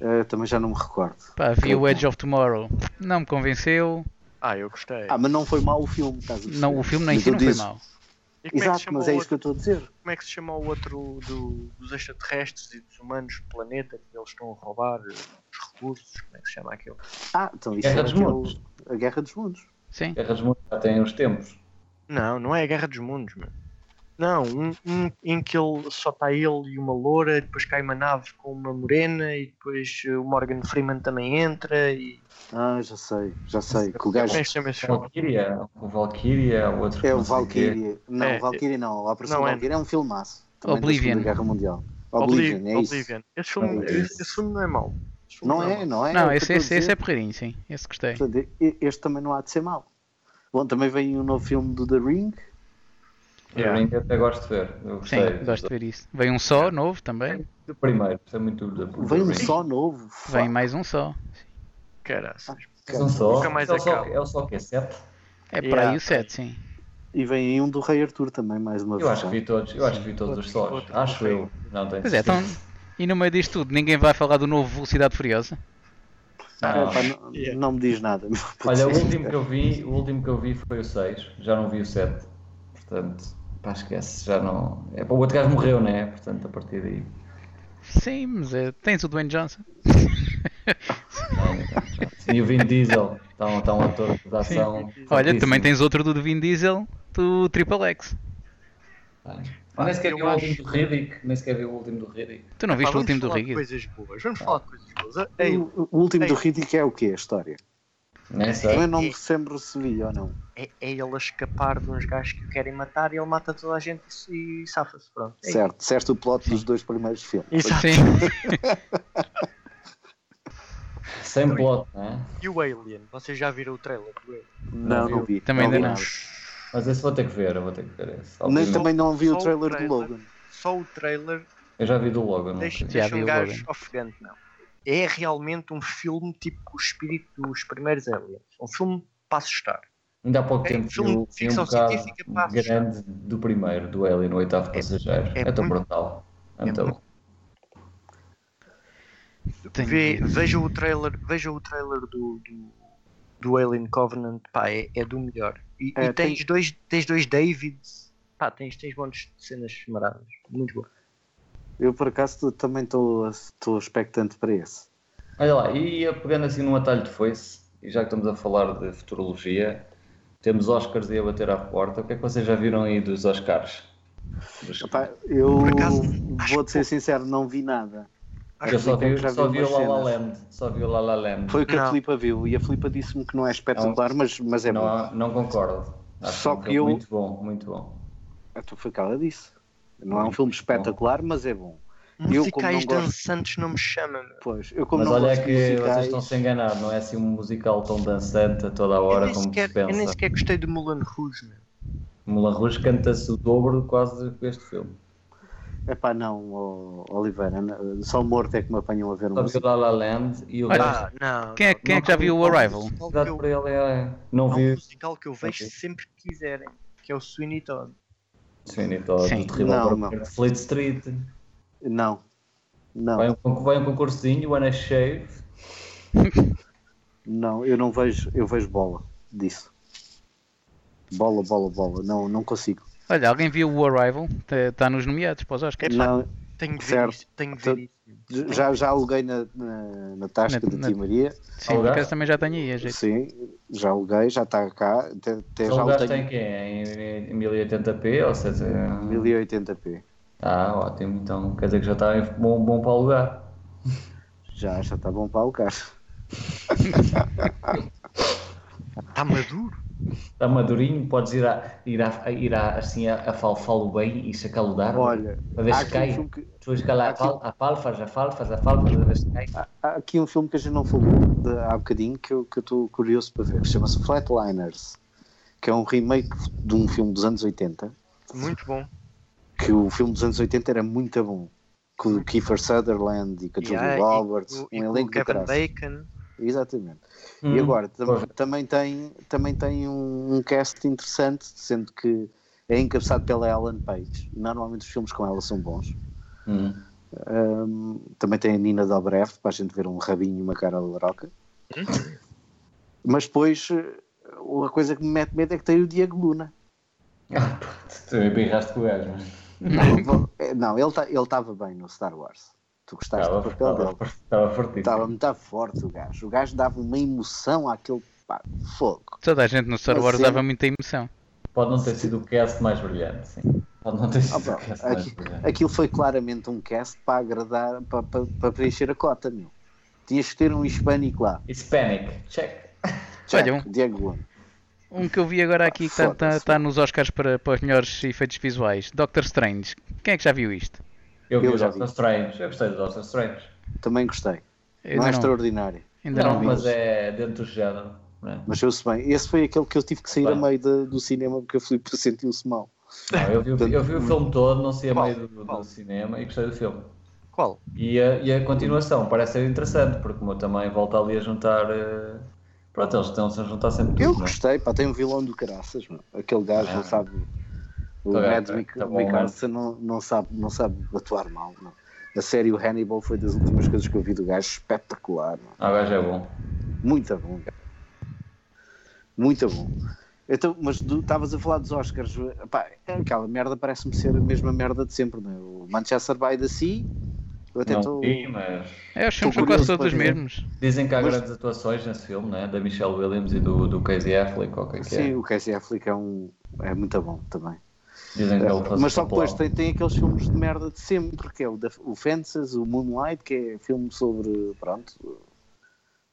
S5: Eh, também já não me recordo.
S3: Pá, vi o Edge of Tomorrow. Não me convenceu.
S6: Ah, eu gostei.
S5: Ah, mas não foi mau o filme, estás a perceber?
S3: Não, o filme nem
S5: Mas
S3: si
S5: eu
S3: não foi
S5: disse-
S3: mau.
S6: E como é, que se
S5: Exato,
S6: chama
S5: mas
S6: o
S5: é isso que
S6: outro,
S5: eu estou a dizer.
S6: como é que se chama o outro do- dos extraterrestres e dos humanos do planeta que eles estão a roubar eh, os recursos? Como é que se chama aquilo?
S5: Ah, então isso
S4: Guerra
S5: é
S4: dos
S5: aquele-
S4: Mundos.
S5: a Guerra dos Mundos.
S3: Sim.
S4: Guerra dos Mundos É já tem uns tempos.
S6: Não, não é a Guerra dos Mundos, mano. Não, um, um em que ele só está ele e uma loura, e depois cai uma nave com uma morena e depois eh, o Morgan Freeman também entra e.
S5: Ah, já sei, já sei. Que o
S6: Como é
S5: gajo
S6: que se chama esse filme?
S4: Valkyria, o Valkyria, o outro.
S5: é o
S4: não sei o quê.
S5: Valkyrie. Não,
S6: É,
S5: Valkyrie não, a Operação
S6: não é.
S5: Valkyrie é um filmaço. Também da
S3: Oblivion.
S5: Segunda Guerra Mundial.
S6: Oblivion,
S5: Oblivion, é isso.
S6: Oblivion. Esse filme,
S5: Oblivion.
S6: esse, esse filme não é mau. Esse filme
S5: Não é,
S6: mau.
S5: não é?
S3: Não,
S5: É o
S3: esse,
S5: que
S3: esse,
S5: eu estou a
S3: esse é
S5: dizer.
S3: porreirinho, sim. Esse gostei.
S5: Portanto, e- Este também não há de ser mau. Bom, também vem um novo filme do The Ring.
S4: Eu ainda até gosto de ver. Eu gostei.
S3: Sim, gosto de ver isso. Vem um
S5: É.
S3: só, novo também.
S4: Do primeiro, gostei muito do. do
S5: Vem um
S4: Ring.
S5: só novo.
S3: Vem mais um só.
S5: Ah.
S6: Caraças.
S4: Mas um só.
S6: Nunca mais
S4: é o só,
S6: acaba.
S4: é o só que é 7.
S3: É para
S6: Yeah.
S3: aí o 7, sim.
S5: E vem aí um do Rei Arthur também, mais uma
S4: Eu
S5: vez.
S4: acho que vi todos, eu acho que vi todos os sós.
S6: outro,
S4: Acho
S6: outro.
S4: eu. Não tenho
S3: Pois é, então.
S4: certeza.
S3: E no meio disto tudo, ninguém vai falar do novo Velocidade Furiosa.
S5: Ah,
S4: Não.
S5: pá, não,
S6: Yeah.
S5: não me diz nada.
S4: Olha, o último que eu vi, o último que eu vi foi o 6. Já não vi o 7. Portanto, Pá, esquece, já não. É, pá, o outro gajo morreu, né? Portanto, a partir daí.
S3: Sim, mas é, tens o Dwayne Johnson.
S4: Sim, e o Vin Diesel, está um, está um ator de ação.
S3: Olha,
S4: fortíssimo.
S3: também tens outro do Vin Diesel, do Triple X.
S4: Pá, pá, nem sequer
S6: Eu
S4: vi o
S6: acho-
S4: último do Riddick. Nem sequer vi o último do Riddick.
S3: Tu
S5: É
S3: não
S6: Pá,
S3: viste o
S6: vamos
S3: último do
S6: falar de
S3: Rig?
S6: coisas boas,
S5: Ah.
S6: vamos falar de coisas boas. É Ei,
S5: o, o último
S6: ei.
S5: do Riddick é o quê? A história?
S4: Nem sei.
S5: Eu não sempre recebi ou não?
S6: é, é ele a escapar de uns gajos que o querem matar e ele mata toda a gente e se- e, safa-se. Pronto. É
S5: Certo, disseste o plot dos dois primeiros filmes.
S6: isso. Exato.
S3: Sim,
S4: Sem plot, né?
S6: E o Alien? Vocês já viram o trailer do Alien?
S5: Não, não vi.
S3: Também
S5: não vi
S3: ainda não.
S5: nada.
S4: Mas esse vou ter que ver, eu vou ter que ver esse.
S5: Nem
S4: Obviamente.
S5: também não vi
S6: Só
S5: o
S6: o
S5: trailer do
S6: trailer.
S5: Logan.
S6: Só o trailer
S4: Eu já vi do logo, não
S6: deixa,
S4: sei.
S3: Já
S6: deixa
S3: vi
S6: um
S3: o
S6: gajo
S3: Logan.
S6: ofegante, não. É realmente um filme tipo o espírito dos primeiros aliens. Um filme para assustar.
S4: Ainda há pouco
S6: É,
S4: tempo vi
S6: filme
S4: um,
S6: de
S4: vi um
S6: ficção
S4: bocado
S6: científica, pá.
S4: grande do primeiro, do Alien, o oitavo passageiro.
S6: é
S4: É, tão
S6: muito- é
S4: brutal. Então,
S6: muito-
S3: Tenho
S6: Vê,
S3: que ver.
S6: veja o trailer, veja o trailer do, do, do Alien Covenant, pá, é, é do melhor. E,
S5: É,
S6: e tens, dois, tens dois Davids, pá, tens, tens montes de cenas maradas. Muito bom.
S5: Eu por acaso também estou estou expectante para esse.
S4: olha lá, e ia pegando assim num atalho de foice, e já que estamos a falar de futurologia, temos Oscars aí a bater à porta. O que é que vocês já viram aí dos Oscars? Dos-
S5: Epá, eu
S6: Por acaso, acho
S5: vou-te ser sincero, não vi nada.
S4: eu só vi,
S5: já vi
S4: só vi o La
S5: umas
S4: La
S5: cenas.
S4: Land. Só vi o La La Land.
S5: Foi o que
S6: Não.
S5: a Filipa viu e a Filipa disse-me que não é espetacular, mas, mas é bom.
S4: Não, não concordo. Acho
S5: Só
S4: um
S5: que
S4: filme
S5: eu-
S4: Muito bom, muito bom.
S5: Então foi o que ela disse. Não é um filme espetacular, mas é bom. Eu, como não
S6: Musicais
S5: gosto-
S6: dançantes não me chamam. meu.
S5: Pois, eu como
S4: Mas
S5: não
S4: olha
S5: gosto
S4: que
S5: de
S4: vocês
S5: musicais,
S4: estão-se a enganar, não é assim um musical tão dançante a toda a
S6: Eu
S4: hora
S6: nem,
S4: como
S6: sequer,
S4: se
S6: eu nem
S4: pensa.
S6: sequer gostei de Mulan Rouge, meu.
S4: Moulin Rouge canta-se o dobro quase com este filme.
S5: epá, não, ó, Oliveira, n- só morto é que me apanham a ver
S4: Só
S5: um
S4: vi o
S5: musical.
S4: La La Land e o
S3: Olha,
S4: resto,
S6: Ah, não.
S3: Quem é, quem é que já viu o Arrival?
S6: não,
S4: dado por
S6: eu-
S4: ele é... Não
S6: Há um
S4: vi
S6: musical que eu vejo
S4: Ok.
S6: sempre que quiserem, que é o Sweeney Todd.
S4: Sim, então,
S3: Sim.
S4: do terrível
S5: Não,
S4: para
S5: não.
S4: perto de Fleet Street.
S5: Não, não,
S4: Vai um, con- vai um concursinho, o ano é cheio.
S5: não, eu não vejo, eu vejo bola disso. Bola, bola, bola, não, não consigo.
S3: Olha, alguém viu o Arrival? Está nos nomeados para os Oscars.
S5: Não,
S6: Tenho de ver
S5: Certo.
S6: isso, tenho de
S5: Então,
S6: ver isso.
S5: já, já aluguei na, na, na tasca
S3: Na-
S5: de
S3: na-
S5: Tia Maria,
S3: Sim, por
S4: Alugar?
S3: acaso também já tenho aí, a gente.
S5: sim, já aluguei, já está cá, até, até
S4: Só
S5: já
S4: o
S5: o
S4: gajo tem
S5: tenho
S4: quê? Em, em 1080p, ou seja...
S5: em 1080p.
S4: Ah, ótimo, então quer dizer que já está em bom, bom para o lugar.
S5: Já, já está bom para alugar.
S6: Está maduro.
S4: Está Tá madurinho, podes ir, a, ir, a, ir a, assim a, a falfalo bem e sacá-lo dar.
S5: Olha,
S4: a Tá ver
S5: há
S4: se
S5: aqui, um
S4: cai.
S5: filme que,
S4: Tu vais calar a
S5: aqui-
S4: fal, a fal, faz a fal, faz a fal, faz a ver se cai.
S5: há aqui um filme que a gente não falou de- há bocadinho que eu que eu estou curioso para ver, que chama-se Flatliners, que é um remake de um filme dos anos 80,
S6: Muito bom.
S5: que o filme dos anos 80 era muito bom, com o Kiefer Sutherland e com a Julia
S6: Yeah, e
S5: Roberts,
S6: com- e
S5: um
S6: com
S5: elenco de
S6: Kevin
S5: caralho.
S6: Bacon.
S5: Exatamente.
S4: Hum.
S5: E agora, tam-
S4: pois.
S5: também tem, também tem um, um cast interessante, sendo que é encabeçado pela Ellen Page. Normalmente os filmes com ela são bons.
S4: Hum.
S5: Hum, também tem a Nina Dobrev para a gente ver um rabinho e uma cara laroca.
S6: Hum?
S5: Mas depois, eh, a coisa que me mete medo é que tem o Diego Luna.
S4: Ah, pronto, tu embirraste com o gajo, mas.
S5: Não, eh, não, ele tá- ele estava bem no Star Wars. Tu gostaste
S4: Estava,
S5: do papel dele.
S4: estava, estava fortíssimo.
S5: Estava muito forte o gajo. O gajo dava uma emoção àquele pá, fogo.
S3: Toda a gente no Star
S5: Mas
S3: Wars
S5: sim.
S3: dava muita emoção.
S4: Pode não ter sido o cast mais brilhante, sim. Pode não ter sido
S5: Ah, pá,
S4: o cast mais
S5: aqui-
S4: brilhante.
S5: aquilo foi claramente um cast para agradar, para, para- para preencher a cota, meu. Tinhas que ter um hispânico lá.
S4: Hispanic, check.
S5: Check,
S3: Olha, um-
S5: Diego Luna.
S3: Um que eu vi agora aqui que está
S5: Foda-se.
S3: nos Oscars para, para os melhores efeitos visuais. Doctor Strange. Quem é que já viu isto?
S4: Eu vi
S5: Eu
S4: o
S5: já
S4: Doctor
S5: vi.
S4: Strange, eu gostei do Doctor Strange.
S5: Também gostei.
S3: Eu
S5: Não é
S3: ainda não,
S5: extraordinário.
S3: ainda
S4: Não,
S3: não vi.
S4: mas é dentro do género. né?
S5: Mas eu se bem. Esse foi aquele que eu tive que sair a
S4: Bem.
S5: meio da- do cinema porque o Filipe sentiu-se mal.
S4: Não, eu, vi, eu vi o filme todo, não sei a
S6: Qual?
S4: meio do,
S6: Qual?
S4: do cinema e gostei do filme.
S6: Qual?
S4: E a, e a continuação parece ser interessante, porque como eu também volto ali a juntar. eh, Pronto, eles estão-se a juntar sempre tudo.
S5: Eu
S4: não é?
S5: gostei, pá, tem um vilão do caraças, meu. Aquele gajo não
S4: Ah.
S5: sabe. O
S4: Tá bem,
S5: Mads
S4: tá-
S5: Mic-
S4: tá bom,
S5: Mikkelsen não, não, sabe, não sabe atuar mal, meu. A série, o Hannibal foi das últimas coisas que eu vi do gajo, espetacular, meu.
S4: Ah, o gajo é bom.
S5: Muito bom, cara. Muito bom. Então, mas tu estavas a falar dos Oscars, pá, aquela merda parece-me ser a mesma merda de sempre, não é? O Manchester by the Sea, eu até
S4: não
S5: estou.
S4: vi, mas
S3: É, os filmes são
S5: curioso
S3: quase todos
S5: para
S3: os
S5: ver.
S3: mesmos.
S4: dizem que há
S5: Mas-
S4: grandes atuações nesse filme, né? Da Michelle Williams e do, do Casey Affleck, ou o que é que
S5: Sim,
S4: é.
S5: o Casey Affleck é, um, é muito bom também.
S4: Dizem que ele faz
S5: É, Mas só que
S4: papel.
S5: depois tem, tem aqueles filmes de merda de sempre, que é o, da, o Fences, o Moonlight, que é filme sobre, pronto,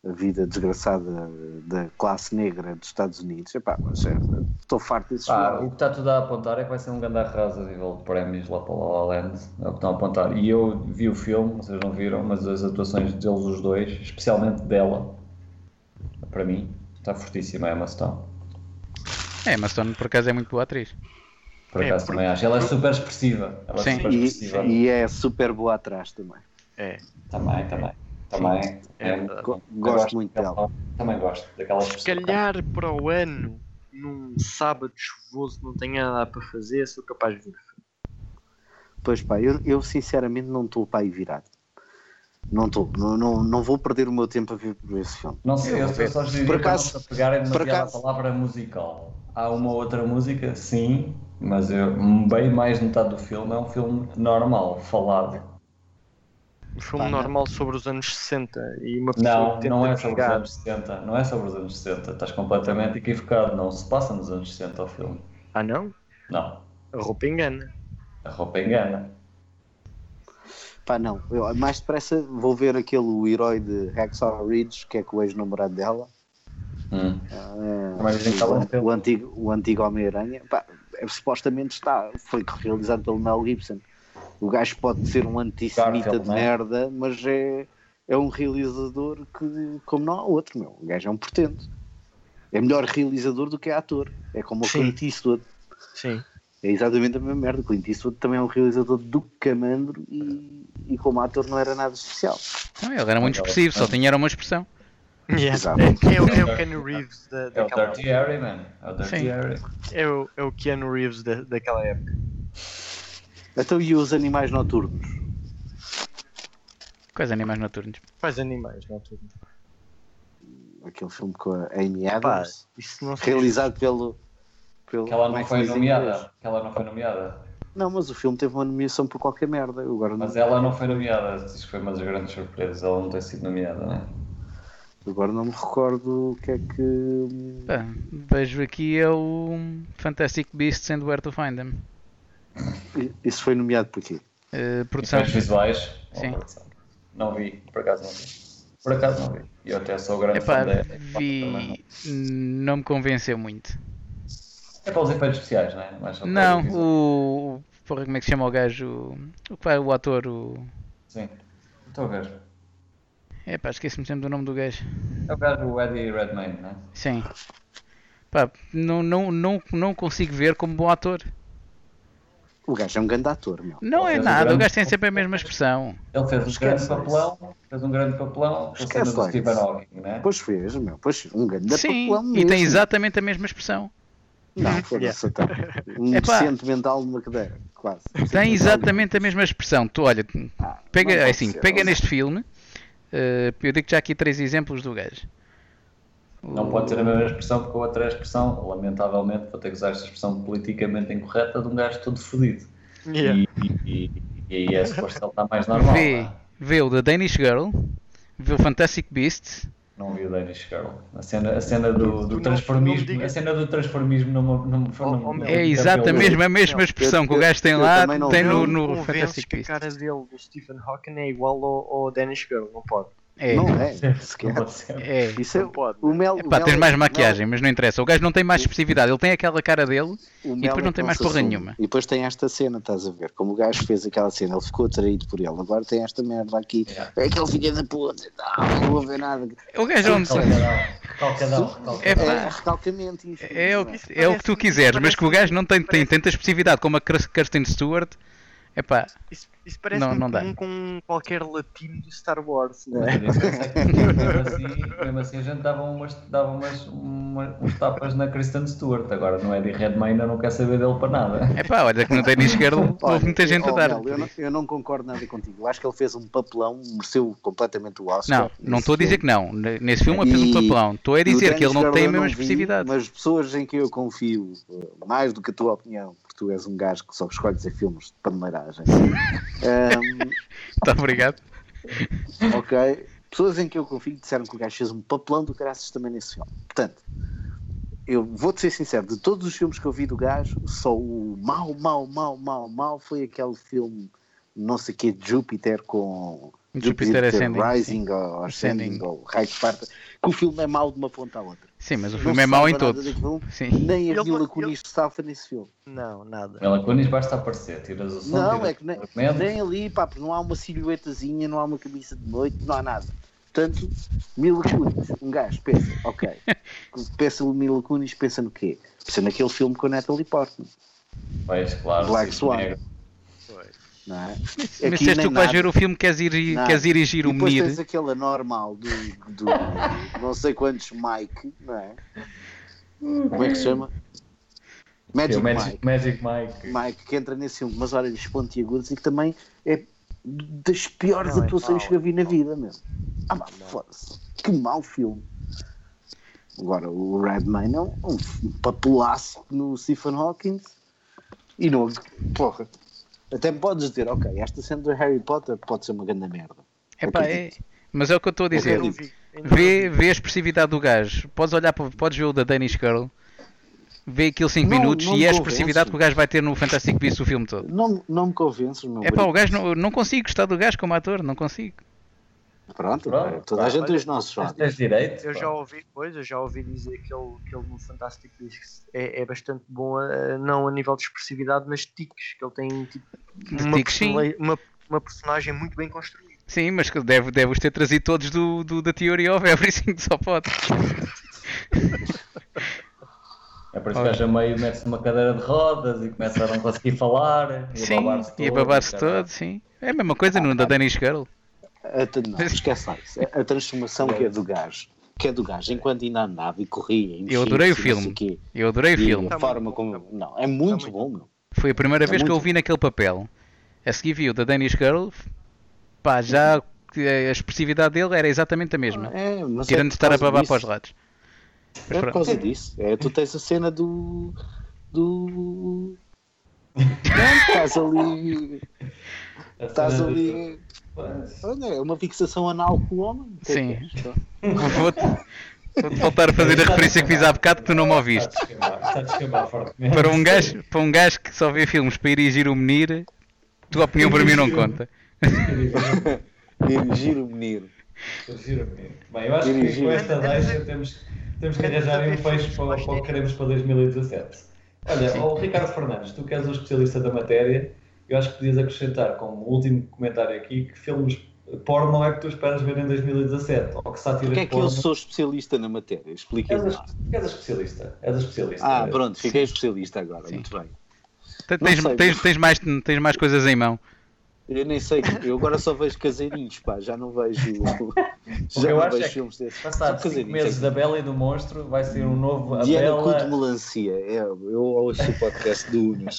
S5: a vida desgraçada da classe negra dos Estados Unidos. Epá, mas é, estou farto desses
S4: Pá,
S5: filmes.
S4: o que está tudo a apontar é que vai ser um grande arraso a nível de prémios lá para o La La Land, é o que estão a apontar. E eu vi o filme, vocês não viram, mas as atuações deles os dois, especialmente dela, para mim, está fortíssima a Emma Stone.
S3: É, mas Stone por acaso é muito boa atriz.
S4: Por
S6: É,
S4: acaso
S6: porque-
S4: também acho. Ela é super expressiva. Ela
S3: Sim.
S4: é super expressiva.
S5: E, e é super boa atrás também.
S6: É.
S4: Também, também. Também.
S6: É
S4: É,
S6: verdade.
S5: Go-
S4: eu
S5: gosto muito dela.
S4: Também gosto daquela
S6: Se
S4: expressão.
S6: calhar para o ano, num sábado chuvoso, não tenho nada para fazer, sou capaz de ver.
S5: Pois pá, eu, eu sinceramente não estou para aí virado. Não estou, não, não, não vou perder o meu tempo a ver por esse filme.
S4: Não sei, eu, só diria
S5: Por
S4: para não
S5: acaso-
S4: se apegarem
S5: por
S4: demasiado à
S5: acaso-
S4: palavra musical. Há uma outra música, sim, mas eu, um, bem mais de metade do filme é um filme normal, falado.
S6: Um filme
S4: Pá, não.
S6: normal sobre os anos 60 e uma pessoa
S4: Não,
S6: que tenta
S4: não é sobre os
S6: chegar.
S4: anos 60. Não é sobre os anos 60. Estás completamente equivocado. Não se passa nos anos 60 o filme.
S6: Ah não?
S4: Não.
S6: A roupa engana.
S4: A roupa engana.
S5: Pá, não, eu mais depressa vou ver aquele o herói de Hacksaw Ridge, que é com o ex-namorado dela,
S4: Hum.
S5: Ah,
S4: Mas tá dizem que ela
S5: o,
S4: morreu.
S5: o antigo, o antigo Homem-Aranha. Pá, é, supostamente está, foi realizado pelo Mel Gibson. O gajo pode ser um antissemita
S4: Garfield,
S5: de
S4: não é?
S5: merda, mas é, é um realizador que, como não há outro, meu. O gajo é um portento. É melhor realizador do que é ator. É como o
S6: Sim.
S5: Clint Eastwood.
S6: Sim.
S5: É exatamente a mesma merda. O Clint Eastwood também é um realizador do camandro e, e como ator não era nada especial.
S3: Não, ele era muito
S4: Ela-
S3: expressivo, só tinha era uma expressão.
S6: Yeah.
S5: Exato.
S6: É, é o- é o Keanu Reeves da,
S4: É o
S6: daquela
S4: Dirty Harry, man. É o Dirty
S3: Sim.
S4: Harry.
S6: É o, é o Keanu Reeves da, daquela época.
S5: Então e os animais noturnos?
S3: Quais animais noturnos.
S6: Faz animais, não é tudo.
S5: Aquele filme com a Amy
S6: Epá,
S5: Adams.
S6: Isso não se
S5: realizado pelo. pelo
S4: Que ela
S5: como é
S4: não
S5: que
S4: foi
S5: se diz em inglês?
S4: nomeada. Que ela não foi nomeada.
S5: Não, mas o filme teve uma nomeação por qualquer merda. Eu agora,
S4: Mas
S5: não,
S4: ela não foi nomeada, diz que foi uma das grandes surpresas, ela não ter sido nomeada, né?
S5: agora não me recordo o que é que.
S3: Pá, vejo aqui é o Fantastic Beasts and Where to Find Them.
S5: Isso foi nomeado por quê?
S3: Eh, produção.
S4: Efeitos visuais.
S3: Sim.
S4: ou produção. Não vi, por acaso não vi. Por acaso não vi. E eu até sou grande
S3: Epá,
S4: fã da-
S3: vi. Não me convenceu muito.
S4: É para os efeitos especiais, né? Mas só para
S3: Não,
S4: visual.
S3: o. o- Porra, como é que se chama o gajo? O, o, que vai- o ator, o.
S4: Sim. Estou a ver.
S3: É pá, esqueci-me sempre do nome do gajo.
S4: É o gajo do Eddie Redmayne, né?
S3: Sim. Pá, não, não, não, não consigo ver como bom ator.
S5: O gajo é um grande ator, meu.
S3: Não
S4: Ele
S3: é
S4: fez um
S3: nada, o
S4: grande-
S3: gajo tem sempre a mesma expressão.
S4: Ele fez um
S5: Esquece
S4: grande
S5: isso.
S4: papelão, fez um grande papelão, com a cena
S5: Esquece
S4: do
S5: lá
S4: Stephen
S5: isso.
S4: Hawking, né?
S5: Pois fez, meu. Pois fez. um grande
S3: Sim,
S5: papelão
S3: e
S5: mesmo.
S3: tem exatamente a mesma expressão.
S5: Não, foda-se então. Um
S3: Epá.
S5: deficiente mental numa cadeira, quase.
S3: Tem exatamente a mesma expressão. Tu olha,
S5: Ah,
S3: pega,
S5: não
S3: é
S5: pode
S3: assim,
S5: ser,
S3: pega
S5: não.
S3: neste filme. eh, eu digo já aqui três exemplos do gajo.
S4: Não pode ter a mesma expressão porque a outra é a expressão, lamentavelmente, vou ter que usar esta expressão politicamente incorreta de um gajo todo fodido.
S6: Yeah.
S4: E, e, e, e aí é suposto que ele está mais normal.
S3: vê,
S4: né?
S3: vê o da Danish Girl, vê o Fantastic Beasts.
S4: Não vi o Danish Girl. A cena, a cena do,
S6: Tu
S4: do
S6: não- não me
S4: transformismo.
S6: digas-
S4: A cena do transformismo não me. Não, me-
S6: Oh,
S4: não,
S6: oh,
S4: não,
S6: meu.
S3: É
S6: Não,
S3: exatamente a mesma
S6: não,
S3: expressão que o
S5: um eu-
S3: gajo tem
S5: eu
S3: lá,
S5: também não
S3: tem
S5: vi.
S3: É no,
S6: Não
S3: no
S6: convences
S3: Fantastic
S6: que a
S3: Beasts.
S6: cara dele do Stephen Hawking é igual ao, ao Danish Girl, não pode.
S3: É,
S5: Não é,
S4: não
S5: sequer.
S4: pode ser.
S3: é.
S5: Isso é
S6: Não pode. né?
S5: o Mel. o
S3: Epá,
S5: Mel-
S3: tens mais
S5: o Mel-
S3: maquiagem, mas não interessa. O gajo não tem mais
S5: O-
S3: expressividade, ele tem aquela cara dele.
S5: O
S3: E
S5: Mel
S3: depois
S5: é
S3: não
S5: que
S3: tem mais
S5: se
S3: porra
S5: assume.
S3: nenhuma.
S5: E depois tem esta cena, estás a ver? Como o gajo fez aquela cena, ele ficou atraído por ele. Agora tem esta merda aqui.
S4: Yeah.
S5: É aquele filho da puta. Não, não vou ver nada.
S3: O gajo é um-
S4: Calcadão. Calcadão.
S3: É pá.
S5: É recalcamento. Enfim,
S3: é o,
S5: não
S3: que- é o que tu quiseres, mas que o gajo não tem, tem tanta expressividade como a Kirsten Stewart. Epá,
S6: Isso, isso parece
S3: Não,
S6: um
S3: não dá.
S6: comum com qualquer latino do Star Wars, não é?
S4: Mas mesmo, assim, mesmo assim a gente dava umas, dava umas, uma- uns tapas na Kristen Stewart. Agora não é de Redmayne, eu não quero saber dele para nada.
S3: epá, olha que não tem nem sequer
S5: Olha,
S3: houve muita gente a
S5: oh,
S3: dar.
S5: Mel, eu, não, eu não concordo nada contigo. Eu Acho que ele fez um papelão, mereceu completamente o Oscar.
S3: Não, não estou a dizer que não. Ne- Nesse filme ele fez um
S5: E-
S3: papelão. Estou a dizer que ele não tem a mesma expressividade.
S5: Mas pessoas em quem eu confio, eh, mais do que a tua opinião, porque tu és um gajo que só escolhes a filmes de paneleiragem. Ahm,
S3: Está obrigado.
S5: ok. Pessoas em que eu confio disseram que o gajo fez um papelão do caraças também nesse filme. Portanto, eu vou-te ser sincero, de todos os filmes que eu vi do gajo, só o mau, mau, mau, mau, mau foi aquele filme, não sei o quê, de Júpiter com...
S3: Júpiter é Ascending,
S5: Rising ou Ascending,
S3: Ascending.
S5: ou Raio que Parta, que o filme é mau de uma ponta à outra.
S3: Sim, mas o
S5: Não
S3: filme
S5: se
S3: é mau em
S5: salva nada
S3: todos.
S5: daquilo.
S3: Sim.
S5: Nem
S6: Ele
S5: a Vila
S6: foi-
S5: Kunis salva nesse filme.
S6: Não, nada.
S4: Ela Cunis basta aparecer, tiras
S3: um
S4: o som,
S5: Não,
S4: tiras
S5: é que nem,
S4: o documento.
S5: nem ali, pá, porque não há uma silhuetazinha, não há uma camisa de noite, não há nada. Portanto, Mila Kunis, um gajo, pensa, ok. Pensa o Mila Kunis, pensa no quê? Pensa naquele filme com a Natalie Portman,
S4: Pois, claro,
S5: Black
S4: sim,
S5: Swan.
S4: negro.
S5: não é?
S3: Mas se és tu que vais ver o filme, queres, ir,
S5: Nada.
S3: queres dirigir
S5: e
S3: o
S5: depois
S3: Menir.
S5: tens aquela normal do, do não sei quantos Mike, não é? Como é que se chama?
S4: Sim,
S5: Magic
S4: o
S5: Mike.
S4: Magic, Magic Mike.
S5: Mike que entra nesse filme com umas horas pontiagudas e que também é das piores
S6: Não, é
S5: atuações
S6: mau,
S5: que eu vi
S6: é
S5: na
S6: mau.
S5: vida, mesmo. Ah, pá, foda-se. Que mau filme. Agora, o Redman é um, um papelaço no Stephen Hawking e não. Porra. Até me podes dizer, ok, esta cena do Harry Potter pode ser uma grande merda.
S3: Epá, é... Mas é o que eu estou a dizer.
S6: Eu não vi, ainda não
S3: Vê,
S6: vi.
S3: vê a expressividade do gajo. Podes olhar para, podes ver o da Danish Girl, vê aquilo 5
S5: Não-
S3: minutos
S5: não
S3: e é a
S5: convence.
S3: expressividade que o gajo vai ter no Fantastic Beasts o filme todo.
S5: Não, não me convences, meu
S3: É pá,
S5: amigo.
S3: o gajo não, não consigo gostar do gajo como ator, não consigo.
S5: Pronto,
S4: Pronto,
S5: toda
S4: pá,
S5: a gente
S4: olha,
S5: tem os nossos
S4: Mas
S5: ódios.
S4: Tens direito.
S6: Eu
S4: pá.
S6: já ouvi, pois, eu já ouvi dizer que ele, que ele no Fantastic Beasts é, é bastante bom, eh, não a nível de expressividade, mas tiques, que ele tem tipo, uma,
S3: Tiques, sim.
S6: persona- uma, uma personagem muito bem construída.
S3: Sim, mas que deve, deve os ter trazido todos do, do- da Theory of Everything, só pode.
S4: É por isso que eu chamei e mete-se uma cadeira de rodas e começa a não conseguir falar. E
S3: Sim,
S4: babar-se
S3: e a
S4: todo,
S3: babar-se
S4: caralho.
S3: todo, sim. É a mesma
S5: Ah,
S3: coisa no da Danish Girl.
S5: A, tra- não, esquece lá isso. A, a transformação que é do gajo, que é do gajo, enquanto ainda andava e corria. E mexia,
S3: adorei o
S5: e não sei
S3: filme.
S5: quê.
S3: Eu adorei o
S5: E
S3: filme.
S5: A
S6: Tá
S5: forma
S6: muito bom, tá
S5: como. Não, é muito
S6: Tá muito
S5: bom, meu.
S3: Foi a primeira
S5: É
S3: vez que eu
S5: muito
S3: o vi naquele papel. A seguir vi o da Danish Girl, pá, já que a expressividade dele era exatamente a mesma.
S5: É, mas
S3: Tirando
S5: é
S3: de estar a babar para os
S5: disso,
S3: lados.
S5: É por causa disso. É, tu tens a cena do. do. Não, estás ali. Estás ali. Olha, é uma fixação anal com o é homem.
S3: Sim. Vou-te vou-te voltar a fazer a referência que fiz há bocado que tu não me ouviste.
S4: Está a descambar, está a descambar fortemente.
S3: Para um gajo, para um gajo que só vê filmes para dirigir o menir, tua opinião para mim não conta.
S5: Dirigir o menino.
S4: Gira-me. Bem, eu acho que com
S5: Dirigir.
S4: esta deixa temos, temos que arranjar aí um fecho para, para o que queremos para 2017. Olha, ó, Ricardo Fernandes, tu que és um especialista da matéria, eu acho que podias acrescentar como último comentário aqui que filmes porno é que tu esperas ver em 2017? Ou que sátiras
S5: Porquê é que eu
S4: porno?
S5: sou especialista na matéria? Expliquem
S4: És,
S5: lá.
S4: a, és a especialista. És a especialista.
S6: é.
S5: Ah, pronto, fiquei especialista agora. Muito bem.
S3: Te-
S5: Não
S3: Tens,
S5: sei,
S3: tens-
S5: mas-
S3: tens mais, tens mais coisas em mão.
S5: Eu nem sei, tipo, eu agora só vejo caseirinhos, pá, já não vejo. Já
S4: eu
S5: não
S4: acho
S5: vejo
S4: é que
S5: filmes desses.
S4: Passados 5
S5: Só caseirinhos,
S4: meses
S5: é
S4: da Bela e do Monstro, vai ser um novo A
S5: que- Diana Cu de
S4: Bela,
S5: Melancia, é, eu ouço o podcast do Unas.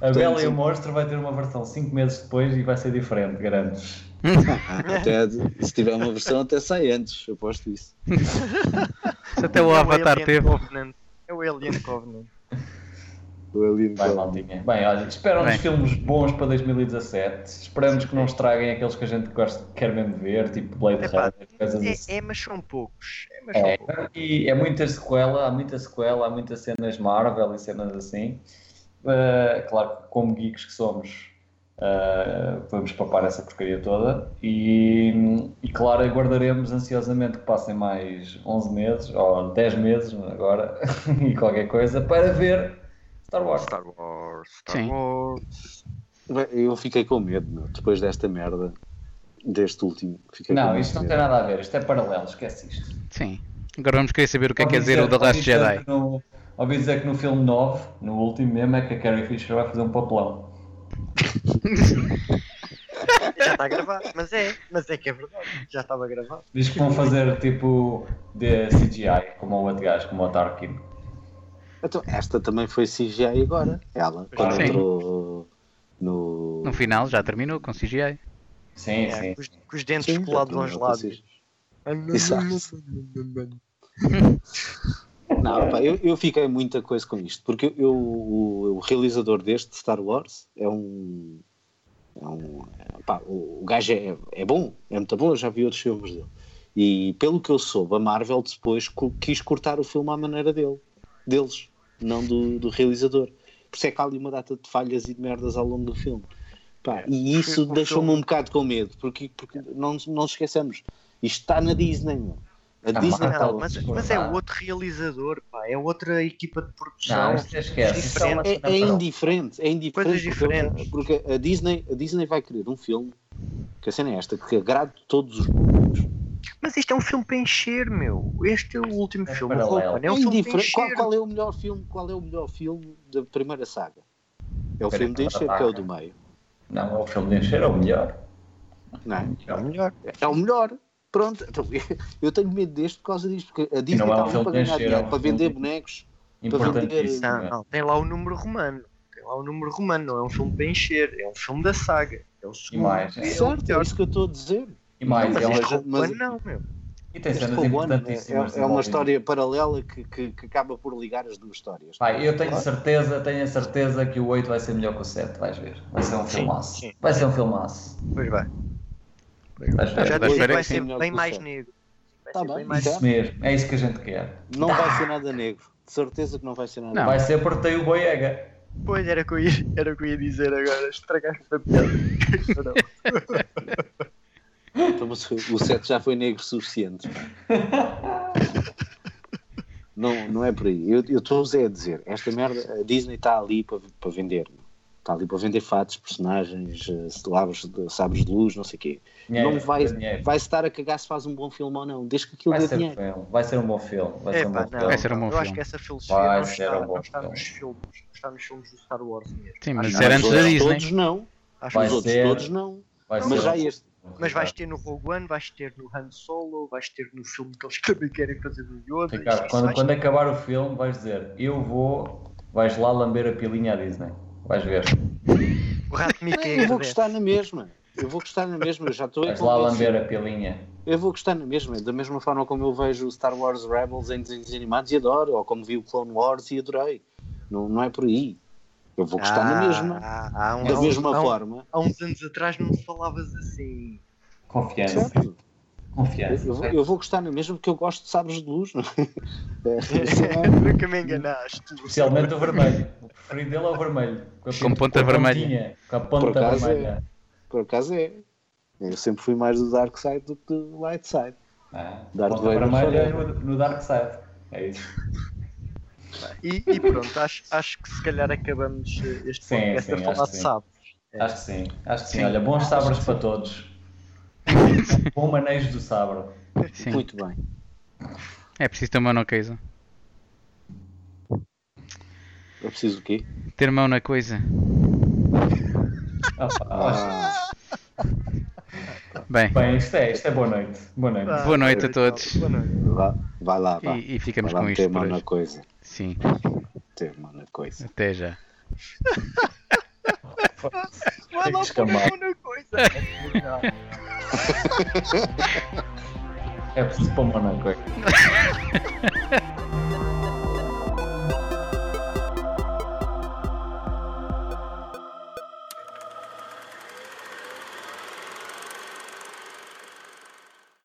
S4: a Bela e
S5: Portanto-
S4: o Monstro vai ter uma versão 5 meses depois e vai ser diferente, garanto-vos.
S5: Até, se tiver uma versão, até sai antes, aposto isso.
S3: Se até o
S6: É
S3: Avatar
S6: Alien
S3: teve.
S6: Covenant. É o Alien Covenant.
S5: O Alien
S4: Vai,
S5: Covenant.
S4: Maltinha. Bem, olha, esperam-nos
S3: Bem.
S4: filmes bons para 2017. Esperamos que não estraguem aqueles que a gente gosta, quer mesmo ver, tipo Blade
S6: Epá,
S4: Runner, coisas assim.
S6: É, é, mas são poucos. É, mas
S4: É,
S6: são poucos.
S4: e é muita sequela, há muita sequela, há muitas cenas Marvel e cenas assim. Uh, claro que, como geeks que somos, uh, vamos papar essa porcaria toda. E, e, claro, aguardaremos ansiosamente que passem mais 11 meses, ou 10 meses agora, e qualquer coisa, para ver Star Wars.
S6: Star Wars, Star
S3: Sim.
S6: Wars.
S5: Bem, Eu fiquei com medo, meu, depois desta merda, deste último. Fiquei
S4: Não,
S5: com
S4: isto não
S5: muito
S4: tem
S5: medo.
S4: nada a ver, isto é paralelo, esquece isto.
S3: Sim. Agora vamos querer saber o que é que
S4: Ouvi
S3: quer dizer o The
S4: ouvi
S3: Last
S4: dizer
S3: Jedi.
S4: que No, ouvi dizer que no filme 9, no último mesmo, é que a Carrie Fisher vai fazer um papelão.
S6: Já está a gravar. Mas é, mas é que é verdade. Já estava a gravar.
S4: Diz que vão fazer tipo de CGI, como o outro gajo, como o Tarkin.
S5: Então, esta também foi CGI agora. Ela, quando
S3: Sim.
S5: entrou no.
S3: No final já terminou com CGI.
S4: Sim,
S6: É,
S4: sim. tá
S6: com, os, com os dentes
S5: Sim, é
S6: colados aos
S5: não
S6: lábios.
S5: consigo. Não, pá, eu, eu fiquei muita coisa com isto, porque eu, o, o realizador deste, de Star Wars, é um. É um pá, o, o gajo é, é bom, é muito bom, eu já vi outros filmes dele. E pelo que eu soube, a Marvel depois co- quis cortar o filme à maneira dele, deles, não do, do realizador. Por isso é que há ali uma data de falhas e de merdas ao longo do filme. Pá, e isso
S6: É, Porque o
S5: deixou-me
S6: filme-
S5: um bocado com medo, porque, porque não, não nos esqueçamos, isto está na Disney, meu. A
S4: Tá
S5: Disney
S4: mal.
S5: está
S6: Não, mas, mas é outro realizador, pá. É outra equipa de
S4: Não,
S6: produção.
S4: isto esquece. Isto é uma
S5: É, é
S4: separação.
S5: indiferente, é indiferente.
S6: Coisas
S5: porque-
S6: diferentes.
S5: Porque, a, Disney, a Disney vai querer um filme, que a cena é esta, que agrade todos os públicos.
S6: Mas isto é um filme para encher, meu. Este é o último
S4: É
S6: filme.
S4: paralelo.
S6: Roupa, não é um
S5: É
S6: filme para
S5: indiferente. Qual,
S6: encher.
S5: qual é o melhor filme, qual é o melhor filme da primeira saga? É o
S4: Primeira
S5: filme de encher, que é o do meio.
S4: Não, o filme de encher é o melhor.
S5: Não é?
S6: É o melhor.
S5: É o melhor. Pronto, Então, eu tenho medo deste por causa disto, porque a Disney
S4: não é um
S5: está
S4: filme
S5: ali
S4: de
S5: para ganhar
S4: encher, é
S5: dinheiro,
S4: um
S5: para
S4: filme
S5: vender
S4: de-
S5: bonecos.
S4: Importantíssimo. é.
S6: Não, não, tem lá o número romano. Tem lá o número romano, não é um filme para encher, é um filme da saga. É o segundo.
S4: mais,
S6: é
S4: é.
S6: o
S5: certo, é
S6: melhor.
S5: isso que eu estou a dizer.
S4: E mais,
S6: Então, Mas
S4: é uma-
S6: este romano
S5: mas-
S6: não, meu.
S4: e tem
S5: Este
S4: cenas
S5: Rogue One
S4: importantíssimas.
S5: é, é uma
S4: envolvidas.
S5: história paralela que, que- que acaba por ligar as duas histórias. é?
S4: Vai, eu tenho certeza, tenho a certeza que o 8 vai ser melhor que o 7, vais ver. Vai ser um
S6: Sim,
S4: filmaço.
S6: sim.
S4: Vai ser um filmaço.
S6: Pois
S5: É,
S6: vai.
S4: Vais ver. É
S6: Já
S3: Mas
S6: dizem
S3: espera
S6: que vai
S3: aí,
S6: ser
S5: sim, melhor
S6: bem
S5: que o
S6: mais
S5: som.
S6: negro. Vai
S5: Tá
S6: ser
S5: bem,
S6: bem mais
S5: então.
S4: Isso mesmo, é isso que a gente quer.
S5: Não vai ser nada negro. De certeza que não vai ser nada
S3: Não.
S5: negro.
S4: Vai ser porque tem o Boyega.
S6: Pois era o que eu ia, era o que eu ia dizer agora. Estragaste a piada. Não.
S5: Então, mas o 7 já foi negro suficiente. Não, não é por aí. Eu eu estou-vos é a dizer, esta merda, a Disney está ali para para vender. Está ali para vender fatos, personagens, eh, labos de- sabres de luz, não sei o quê.
S4: Dinheiro,
S5: não vai,
S4: dinheiro.
S5: vai estar a cagar se faz um bom filme ou não, desde que aquilo
S4: Vai
S5: dê
S4: ser,
S5: dinheiro.
S4: filme, vai ser um bom filme. Vai ser um
S6: Epá,
S4: bom
S6: não,
S4: filme.
S3: Vai ser um bom
S6: eu acho
S3: filme.
S6: que essa filosofia
S4: Vai
S6: não
S4: ser
S6: está,
S4: um bom
S6: não está
S4: filme.
S6: nos filmes. Não está nos filmes do Star Wars mesmo.
S3: Sim, mas
S6: Acho
S3: isso
S6: que
S3: era
S5: Mas
S3: antes da
S5: todos-
S3: Disney.
S5: Todos não,
S6: Acho
S4: Vai
S5: os outros
S4: ser- um
S5: todos não.
S4: Vai
S5: Mas
S4: ser
S5: já
S4: um-
S5: este.
S6: Mas vais ter no Rogue One, vais ter no Han Solo, vais ter no filme que eles também querem fazer do Yoda. isso- é
S4: Ricardo,
S6: isso
S4: quando, é
S6: vais-
S4: quando acabar o filme, vais dizer: Eu vou. Vais lá lamber a pilinha à Disney. Vais ver.
S6: O Rato Mickey é
S5: Não, eu vou
S6: agradece.
S5: gostar na mesma. Eu vou gostar na mesma, eu já estou a
S4: Vais lá lamber a pilinha.
S5: Eu vou gostar na mesma, da mesma forma como eu vejo o Star Wars Rebels em desenhos animados e adoro, ou como vi o Clone Wars e adorei. Não, não é por aí. Eu vou gostar na
S6: Ah,
S5: mesma.
S6: há- há um- há
S5: Da
S6: um-
S5: mesma
S3: Então,
S6: há um-
S5: forma.
S6: Há uns anos atrás não me falavas assim.
S3: é,
S4: Confiança.
S5: Certo. Eu,
S4: Confiança.
S5: eu vou, eu vou gostar na mesma porque eu gosto de sabres de luz. não é? É,
S6: Nunca me enganaste.
S4: Especialmente o vermelho. O preferido dele é o vermelho. Com, a
S3: Com ponta
S4: com a
S3: vermelha.
S4: pontinha, Com a ponta
S5: Por acaso é.
S4: vermelha.
S5: Por acaso é. Eu sempre fui mais do Dark Side do que do Light Side.
S4: Ah,
S5: Darth
S4: ponta
S5: Vader
S4: vermelha
S5: só
S4: no, no Dark Side. É isso.
S6: E, e pronto, acho, acho que se calhar acabamos eh, este
S4: Sim,
S6: podcast
S4: sim,
S6: a falar
S4: acho
S6: de
S4: que sim.
S6: sábado. É.
S4: Acho que sim. Acho que sim.
S3: Sim.
S4: Olha, bons sabres para todos. Bom manejo do sabre.
S3: Sim.
S5: Muito bem.
S3: É preciso ter mão na coisa.
S5: Eu preciso o quê?
S3: Ter mão na coisa.
S4: Ah, pá,
S5: Ah,
S3: Bem,
S4: Bem, isto é, isto é boa noite. Boa noite.
S6: Ah,
S3: Boa noite a
S6: Ricardo,
S3: todos.
S6: Boa noite.
S5: vá, vai lá, vá.
S3: e, e ficamos
S5: vai lá
S3: com
S5: meter
S3: isto
S5: a mão
S3: por
S5: na
S3: hoje.
S5: coisa.
S3: Sim,
S5: Meter a mão na coisa.
S3: até já.
S6: Vai lá pôr a
S4: Escamado.
S6: mão na coisa.
S4: É preciso pôr uma na coisa.